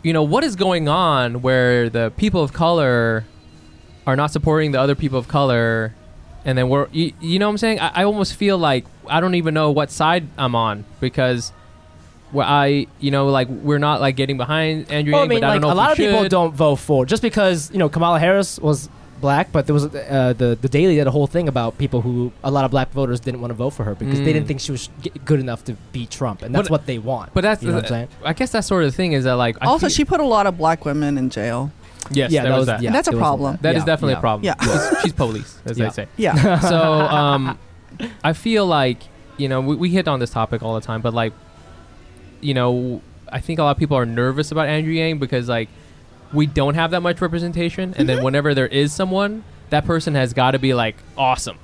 A: you know what is going on where the people of color are not supporting the other people of color, and then we're you, you know what I'm saying. I, I almost feel like I don't even know what side I'm on because. Where I, you know, like we're not like getting behind Andrew.
B: Well, I
A: Yang,
B: mean,
A: but I don't
B: like
A: know
B: a
A: if
B: lot
A: we
B: of people
A: should.
B: don't vote for just because you know Kamala Harris was black, but there was uh, the the Daily did a whole thing about people who a lot of black voters didn't want to vote for her because
A: Mm.
B: they didn't think she was g- good enough to beat Trump, and that's
A: But-
B: what they want.
A: But that's,
B: you know what I'm saying.
A: I guess that sort of thing is that like. I
C: also,
A: feel-
C: she put a lot of black women in jail.
A: Yes, there was, that.
C: That's a
B: there was
C: problem.
A: That is
B: Yeah,
A: definitely
B: yeah.
A: a problem.
C: Yeah.
A: she's, she's police, as
B: Yeah.
A: they say.
C: Yeah.
A: so um, I feel like you know we, we hit on this topic all the time, but like you know I think a lot of people are nervous about Andrew Yang because like we don't have that much representation, and
C: Mm-hmm.
A: then whenever there is someone, that person has got to be like awesome,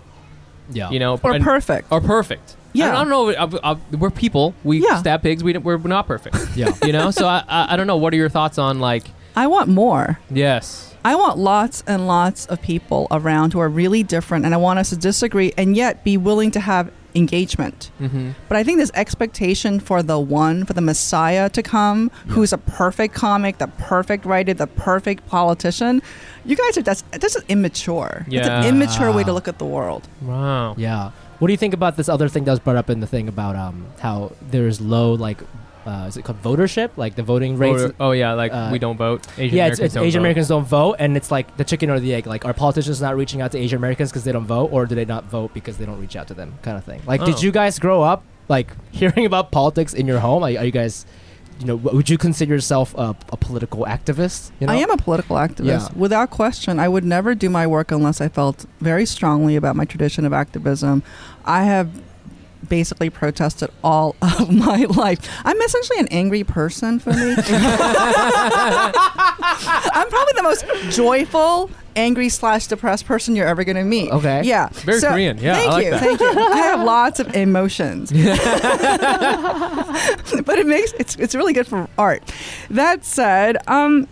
B: Yeah,
A: you know,
C: Or
A: and-
C: perfect.
A: or perfect.
C: Yeah.
A: I don't know. I, I, we're people. We
C: Yeah.
A: stab pigs. We don't, we're not perfect.
B: yeah.
A: You know, so I, I I don't know. What are your thoughts on like
C: I want more.
A: Yes.
C: I want lots and lots of people around who are really different, and I want us to disagree and yet be willing to have engagement.
A: Mm-hmm.
C: But I think this expectation for the one, for the Messiah to come, who's a perfect comic, the perfect writer, the perfect politician, you guys are that's that's just immature. It's
A: Yeah.
C: an immature way to look at the world.
A: Wow.
B: Yeah. What do you think about this other thing that was brought up in the thing about um how there's low like uh, is it called votership like the voting rates?
A: Voter- oh yeah, like
B: uh,
A: we don't vote. Asian
B: yeah, it's,
A: Americans
B: it's
A: don't
B: Asian
A: vote.
B: Americans don't vote, and it's like the chicken or the egg. Like, are politicians not reaching out to Asian Americans because they don't vote, or do they not vote because they don't reach out to them? Kind of thing. Like,
A: Oh.
B: did you guys grow up like hearing about politics in your home? Like, are you guys, you know, w- would you consider yourself a, a political activist? You know?
C: I am a political
B: Yeah.
C: activist. Without question, I would never do my work unless I felt very strongly about my tradition of activism. I have basically protested all of my life. I'm essentially an angry person for me. I'm probably the most joyful, angry slash depressed person you're ever going to meet.
B: Okay.
C: Yeah.
A: Very Korean. Yeah, I
C: Thank
A: like
C: you.
A: that.
C: Thank you. I have lots of emotions. but it makes it's it's really good for art. That said, um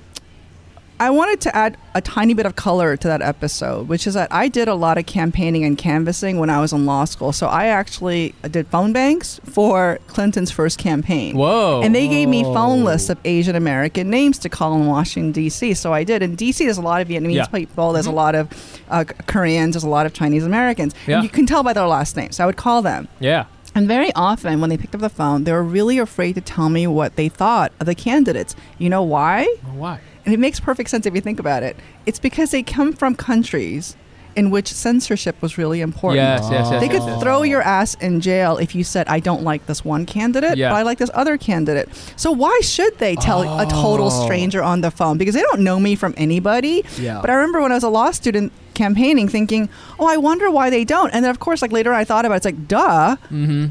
C: I wanted to add a tiny bit of color to that episode, which is that I did a lot of campaigning and canvassing when I was in law school. So I actually did phone banks for Clinton's first campaign.
A: Whoa.
C: And they gave me phone
A: Oh.
B: Whoa.
C: lists of Asian American names to call in Washington D.C. So I did. And D.C. there's a lot of Vietnamese
A: Yeah. Mm-hmm.
C: people. There's a lot of uh, K- Koreans. There's a lot of Chinese Americans.
A: Yeah.
C: And you can tell by their last names. So I would call them.
A: yeah.
C: And very often, when they picked up the phone, they were really afraid to tell me what they thought of the candidates. You know why?
A: Oh, Why?
C: And it makes perfect sense if you think about it. It's because they come from countries in which censorship was really important.
A: Yes,
B: Oh.
A: yes, yes.
C: They could
A: yes, yes.
C: throw your ass in jail if you said, I don't like this one candidate,
A: Yeah.
C: but I like this other candidate. So why should they tell a total
B: Oh.
C: stranger on the phone? Because they don't know me from anybody.
A: Oh.
B: Yeah.
C: But I remember when I was a law student campaigning thinking, oh, I wonder why they don't. And then, of course, like later I thought about it, it's like, duh.
A: Mm-hmm.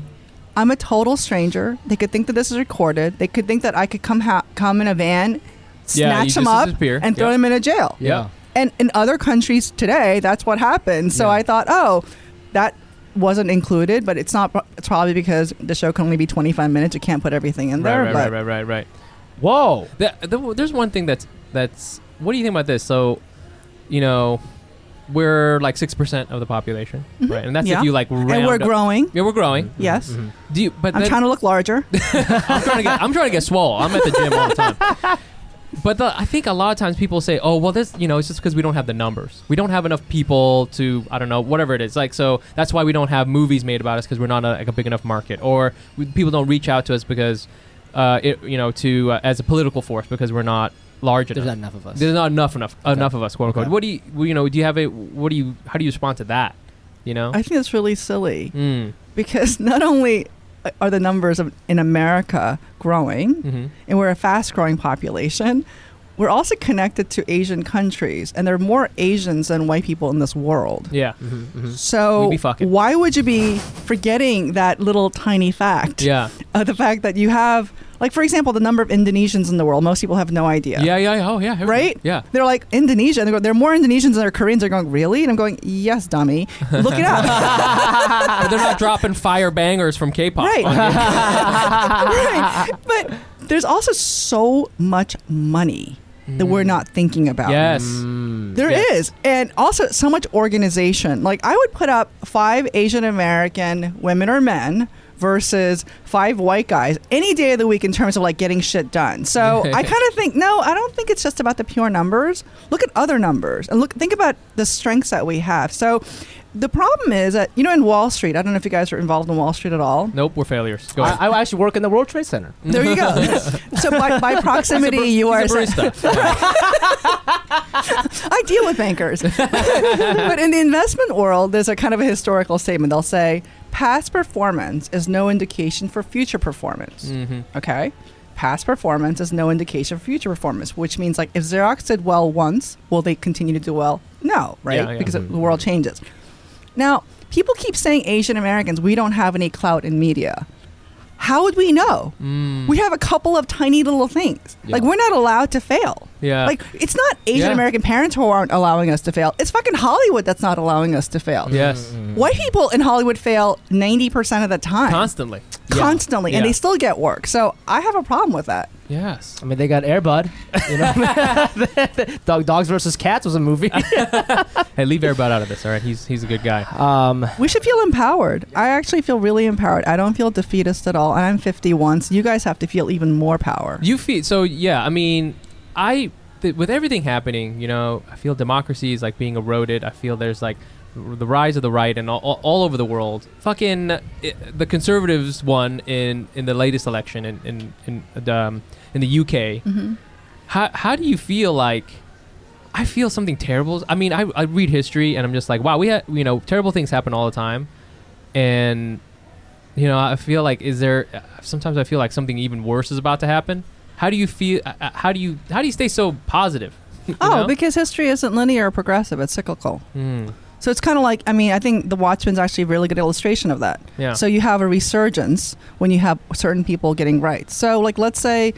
C: I'm a total stranger. They could think that this is recorded. They could think that I could come ha- come in a van,
A: Yeah, you
C: snatch them
A: just
C: up,
A: disappear.
C: and throw
A: Yeah.
C: them in a jail.
A: Yeah.
C: And in other countries today, that's what happens. So
B: Yeah.
C: I thought, oh, that wasn't included, but it's not. It's probably because the show can only be 25 minutes. You can't put everything
A: Right,
C: in there.
A: right,
C: but
A: right, right, right, right.
B: Whoa.
A: That, the, there's one thing that's that's. What do you think about this? So, you know, we're like six percent of the population, right? And that's
C: Mm-hmm. Yeah.
A: if you like round
C: and we're
A: up-
C: growing.
A: Yeah, we're growing.
B: Mm-hmm.
C: Yes,
A: Do you? But
C: I'm
A: then-
C: trying to look larger.
A: I'm trying to get I'm trying to get swole. I'm at the gym all the time. But the, I think a lot of times people say, "Oh, well, this you know, it's just because we don't have the numbers. We don't have enough people to I don't know whatever it is. Like so that's why we don't have movies made about us because we're not a, like a big enough market, or we, people don't reach out to us because uh, it you know to uh, as a political force because we're not large
B: There's
A: enough.
B: not enough of us.
A: There's not enough enough enough of us, quote unquote.
B: Okay.
A: What do you well, you know? Do you have a what do you how do you respond to that? You know.
C: I think that's really silly
A: mm.
C: because not only are the numbers of, in America growing,
A: hmm
C: and we're a fast growing population. We're also connected to Asian countries, and there are more Asians than white people in this world.
A: Yeah.
C: So,
A: We'd be fucking.
C: why would you be forgetting that little tiny fact?
A: Yeah.
C: Of uh, the fact that you have, like, for example, the number of Indonesians in the world, most people have no idea.
A: Yeah. Yeah. yeah, Oh yeah. here we go.
C: Right?
A: Yeah.
C: They're like, Indonesia. And they go, there are more Indonesians than there are Koreans. They're going, really? And I'm going, yes, dummy. Look it up.
A: But they're not dropping fire bangers from K-pop.
C: Uh, Right.
A: on here.
C: right. But there's also so much money that
A: Mm.
C: we're not thinking about.
A: Yes.
C: There is,
A: Yes.
C: And also so much organization. Like I would put up five Asian American women or men versus five white guys any day of the week in terms of like getting shit done. So I kind of think no, I don't think it's just about the pure numbers. Look at other numbers and look think about the strengths that we have. So the problem is that you know in Wall Street, I don't know if you guys were involved in Wall Street at all.
A: Nope, we're failures. Go ahead.
B: I, I actually work in the World Trade Center.
C: There you go. so by, by proximity, you are
A: He's a barista.
C: I deal with bankers. but in the investment world, there's a kind of a historical statement. They'll say past performance is no indication for future performance.
A: Mhm.
C: Okay? Past performance is no indication for future performance, which means like if Xerox did well once, will they continue to do well? No, right?
A: Yeah, Mm-hmm. yeah.
C: Because it- the world changes. Now, people keep saying Asian Americans, we don't have any clout in media. How would we know?
A: Mm.
C: We have a couple of tiny little things. Like
B: Yeah.
C: we're not allowed to fail.
A: Yeah.
C: Like it's not Asian
A: Uh, Yeah.
C: American parents who aren't allowing us to fail. It's fucking Hollywood that's not allowing us to fail.
A: yes.
B: Mm-hmm.
C: White people in Hollywood fail ninety percent of the time.
A: Constantly.
C: constantly, and
B: Yeah.
C: they still get work. So I have a problem with that.
A: Yes.
B: I mean, they got Airbud. You know, Dog, Dogs versus Cats was a movie.
A: Hey, leave Airbud out of this. All right, he's he's a good guy.
B: um,
C: We should feel empowered. I actually feel really empowered. I don't feel defeatist at all, and I'm 51, so you guys have to feel even more power.
A: You feel so yeah. I mean, I th- with everything happening, you know, I feel democracy is like being eroded. I feel there's like r- the rise of the right and all, all, all over the world. Fucking uh, the conservatives won in in the latest election in in in the, um, in the UK.
C: Mhm.
A: How how do you feel like? I feel something terrible. I mean, I, I read history and I'm just like, wow, we had you know terrible things happen all the time, and you know I feel like is there sometimes I feel like something even worse is about to happen. How do you feel? uh, uh, How do you how do you stay so positive? You
C: oh,
A: know?
C: because history isn't linear or progressive; it's cyclical.
A: Mm,
C: So it's kind of like I mean I think The Watchmen's actually a really good illustration of that.
A: yeah.
C: So you have a resurgence when you have certain people getting rights. So like let's say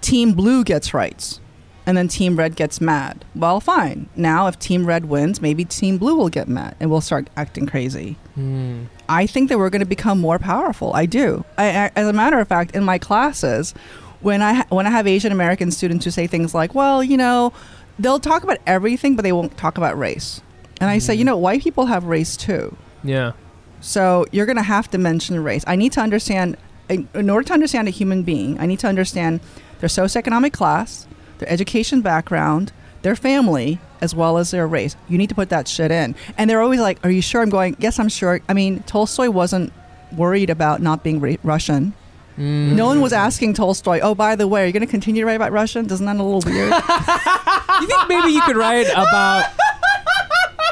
C: Team Blue gets rights and then Team Red gets mad. Well, fine. Now if Team Red wins, maybe Team Blue will get mad and we'll start acting crazy.
A: Mm.
C: I think that we're going to become more powerful. I do. I, I, as a matter of fact, in my classes, when I ha- when I have Asian American students who say things like, "Well, you know," they'll talk about everything, but they won't talk about race. And I say,
A: Mm.
C: you know, white people have race too.
A: yeah.
C: So you're going to have to mention race. I need to understand, in, in order to understand a human being, I need to understand their socioeconomic class, their education background, their family, as well as their race. You need to put that shit in. And they're always like, Are you sure? I'm going, Yes, I'm sure. I mean, Tolstoy wasn't worried about not being ra- Russian.
A: Mm.
C: No one was asking Tolstoy, Oh, by the way, are you going to continue to write about Russian? Doesn't that a little weird?
A: You think maybe you could write about?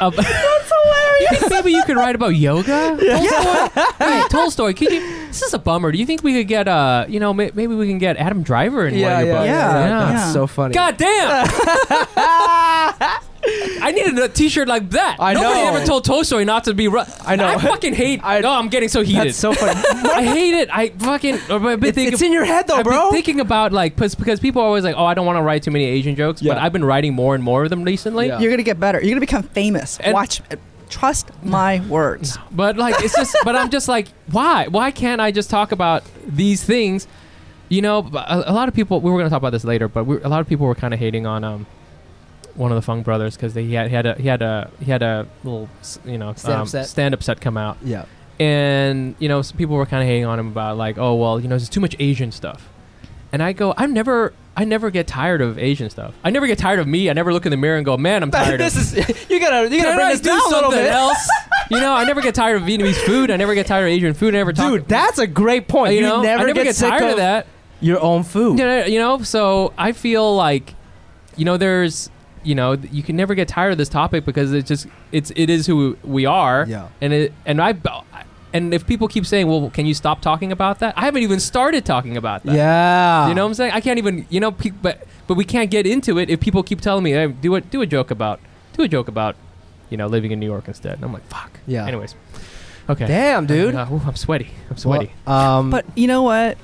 A: ab- You think maybe you could write about yoga? Tolstoy? Wait, Tolstoy, could you? This is a bummer. Do you think we could get uh, you know, may, maybe we can get Adam Driver in one of your books?
C: yeah, yeah.
B: That's so funny.
A: God damn! I needed a T-shirt like that.
B: I
A: Nobody
B: know.
A: ever told Tolstoy not to be. Ru-
B: I know.
A: I fucking hate.
B: I-
A: I, oh, I'm getting so heated.
B: That's so funny.
A: I hate it. I fucking. I've been
B: it's,
A: thinking,
B: it's in your head though,
A: I've been
B: bro.
A: thinking about like 'cause- because people are always like, oh, I don't want to write too many Asian jokes, but
B: Yeah.
A: I've been writing more and more of them recently.
B: Yeah.
C: You're going to get better. You're going to become famous.
A: And-
C: Watch, trust my words.
A: But like it's just but I'm just like why why can't I just talk about these things? You know, b- a, a lot of people we were going to talk about this later, but we, a lot of people were kind of hating on um one of the Fung brothers because he had he had a he had a he had a little s- you know
B: Stand-up
A: um,
B: set.
A: stand up set come out,
B: yeah.
A: and you know some people were kind of hating on him about like oh well you know there's too much Asian stuff, and I go I'm never I never get tired of Asian stuff. I never get tired of me. I never look in the mirror and go man I'm tired. of
B: this is you gotta you gotta
A: can
B: bring
A: I
B: this
A: do
B: down a little
A: something
B: bit.
A: else? You know, I never get tired of Vietnamese food. I never get tired of Asian food. I never talk. Uh,
B: Dude, that's a great point.
A: you know,
B: never,
A: I never get,
B: sick
A: tired of, that.
B: Your own food.
A: You know, you know, so I feel like, you know, there's, you know, you can never get tired of this topic because it's just it's it is who we are.
B: Yeah.
A: And it and I and if people keep saying, well, can you stop talking about that? I haven't even started talking about that.
B: Yeah.
A: You know what I'm saying? I can't even, you know, pe- but but we can't get into it if people keep telling me, hey, do it, do a joke about, do a joke about, you know, living in New York instead. And I'm like, fuck.
B: Yeah.
A: Anyways. Okay.
B: Damn, dude.
A: Uh, ooh, I'm sweaty. I'm sweaty.
B: Well,
A: Mm.
B: um,
C: But you know what?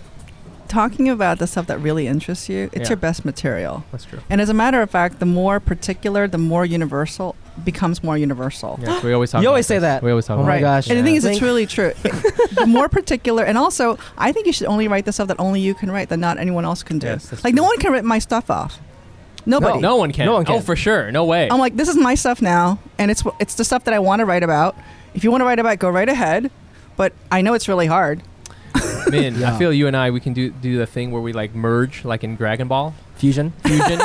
C: Talking about the stuff that really interests you, it's
A: Yeah.
C: your best material.
A: That's true.
C: And as a matter of fact, the more particular, the more universal becomes more universal.
A: Yeah, we always talk.
B: You
A: about
B: always say
A: this.
B: that.
A: We always talk.
B: Oh
A: about
B: my
A: this.
B: gosh.
C: And the thing is,
B: Think-
C: it's really true. the more particular, and also, I think you should only write the stuff that only you can write, that not anyone else can do.
A: Yes, that's
C: like, no
A: true.
C: one can rip my stuff off. Nobody.
A: No one can.
B: No one can.
A: Oh, for sure. No way.
C: I'm like, this is my stuff now, and it's it's the stuff that I want to write about. If you want to write about, it, go right ahead. But I know it's really hard.
A: Min,
B: Yeah.
A: I feel you and I we can do do the thing where we like merge, like in Dragon Ball
B: fusion.
A: fusion.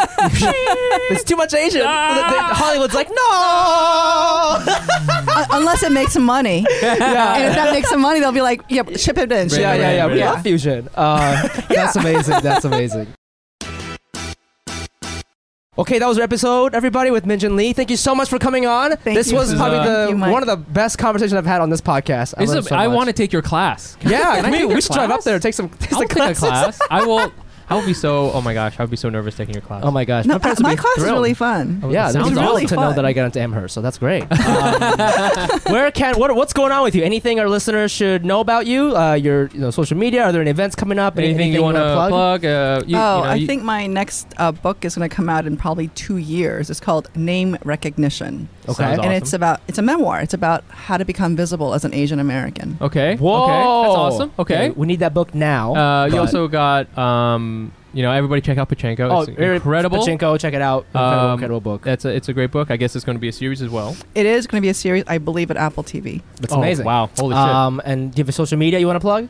B: It's too much Asian.
A: Ah!
B: The- the- Hollywood's like, no.
C: Un- Uh, unless it makes some money.
B: yeah.
C: and if that makes some money, they'll be like, "Yep, ship it in." ship
B: yeah,
C: it
B: yeah,
C: in."
B: yeah. We
A: Yeah.
B: love fusion. Uh, That's amazing. That's amazing. Okay, that was our episode, everybody, with Minjin Lee. Thank you so much for coming on.
C: Thank
B: this
C: you.
B: was
A: This is,
B: probably
A: uh,
B: the
C: Thank you, Mike.
B: one of the best conversations I've had on this podcast. I,
A: This
B: learned
A: is a-
B: so
A: I
B: much.
A: want to take your class.
B: Yeah,
A: Can I
B: I
A: take
B: mean,
A: your
B: we should drive up
A: class?
B: there, take some, take
A: I'll
B: some
A: take a
B: classes.
A: class. I will. I will be so. Oh my gosh, I would be so nervous taking your class.
B: Oh my gosh,
C: No,
B: my parents
C: my
B: would be
C: class is
B: thrilled.
C: really fun.
A: Oh,
B: Yeah,
A: it
B: they're
A: sounds
B: thrilled
C: really
B: to know
C: fun.
B: that I got into Amherst, so that's great. Um, where can what, what's going on with you? Anything our listeners should know about you? Uh, your you know, social media? Are there any events coming up?
A: Anything, you want
B: wanna
A: to plug? Uh, you,
C: oh,
A: you know,
C: I
A: you-
C: think my next uh, book is going to come out in probably two years. It's called Name Recognition.
A: Sounds
B: Okay.
A: awesome.
C: and it's about it's a memoir. It's about how to become visible as an Asian American.
A: okay.
B: Whoa.
A: Okay. That's awesome. Okay.
B: we need that book now.
A: Uh, you
B: But-
A: also got, um, you know, everybody check out Pachenko.
B: oh,
A: It's incredible.
B: Pachinko, check it out. Incredible,
A: Um,
B: incredible book.
A: That's a, it's a great book. I guess it's going to be a series as well.
C: It is going to be a series, I believe, at Apple TV.
B: That's
A: Oh,
B: amazing.
A: Wow. Holy shit.
B: Um, and do you have a social media you want to plug?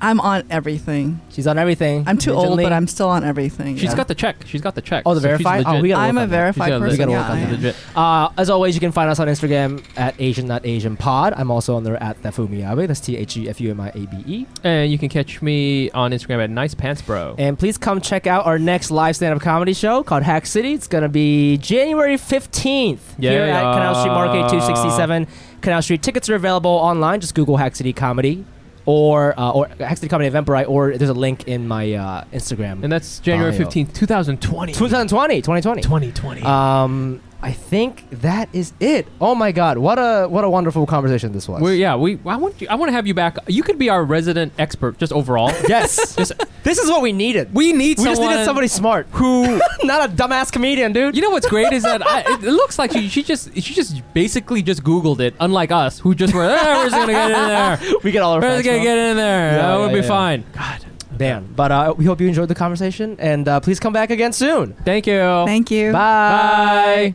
C: I'm on everything.
B: She's on everything.
C: I'm too old,
B: Digitally.
C: but I'm still on everything.
A: She's
C: yeah.
A: got the check. She's got the check.
B: Oh, the
A: So she's
B: verified? Oh,
A: legit.
B: we gotta
C: I'm
B: work
C: a
B: on that.
A: She's
C: verified
A: gotta-
C: person.
B: gotta
C: yeah,
B: work on
C: I
A: She's
B: that.
C: am.
A: legit.
B: Uh, as always, you can find us on Instagram at Asian Not Asian Pod. I'm also on there at Thefumiabe. That's T H E F U M I A B E.
A: And you can catch me on Instagram at Nice Pants Bro.
B: And please come check out our next live stand up comedy show called Hack City. It's going to be January 15th here
A: Yeah.
B: at Canal Street Market 267 Canal Street. Tickets are available online. Just Google Hack City Comedy or, uh, or Hack City Comedy Eventbrite, or there's a link in my uh, Instagram.
A: And that's January
B: Bio.
A: 15th, 2020.
B: 2020, 2020.
A: 2020.
B: Um, I think that is it. Oh my God, what a what a wonderful conversation this was.
A: we yeah, we I want you I want to have you back. You could be our resident expert just overall.
B: yes,
A: Just-
B: this is what we needed.
A: we need
B: we just needed somebody smart,
A: who
B: not a dumbass comedian, dude.
A: You know what's great is that I, it, it looks like she, she just she just basically just Googled it, unlike us who just were "Ah, we're just gonna get in there,
B: we get all our
A: we're just
B: facts
A: gonna
B: wrong.
A: get in there,
B: Yeah,
A: that would
B: yeah,
A: be
B: yeah.
A: fine. God,
B: Damn. But uh, we hope you enjoyed the conversation, and uh, please come back again soon.
A: thank you.
C: Thank you.
B: Bye.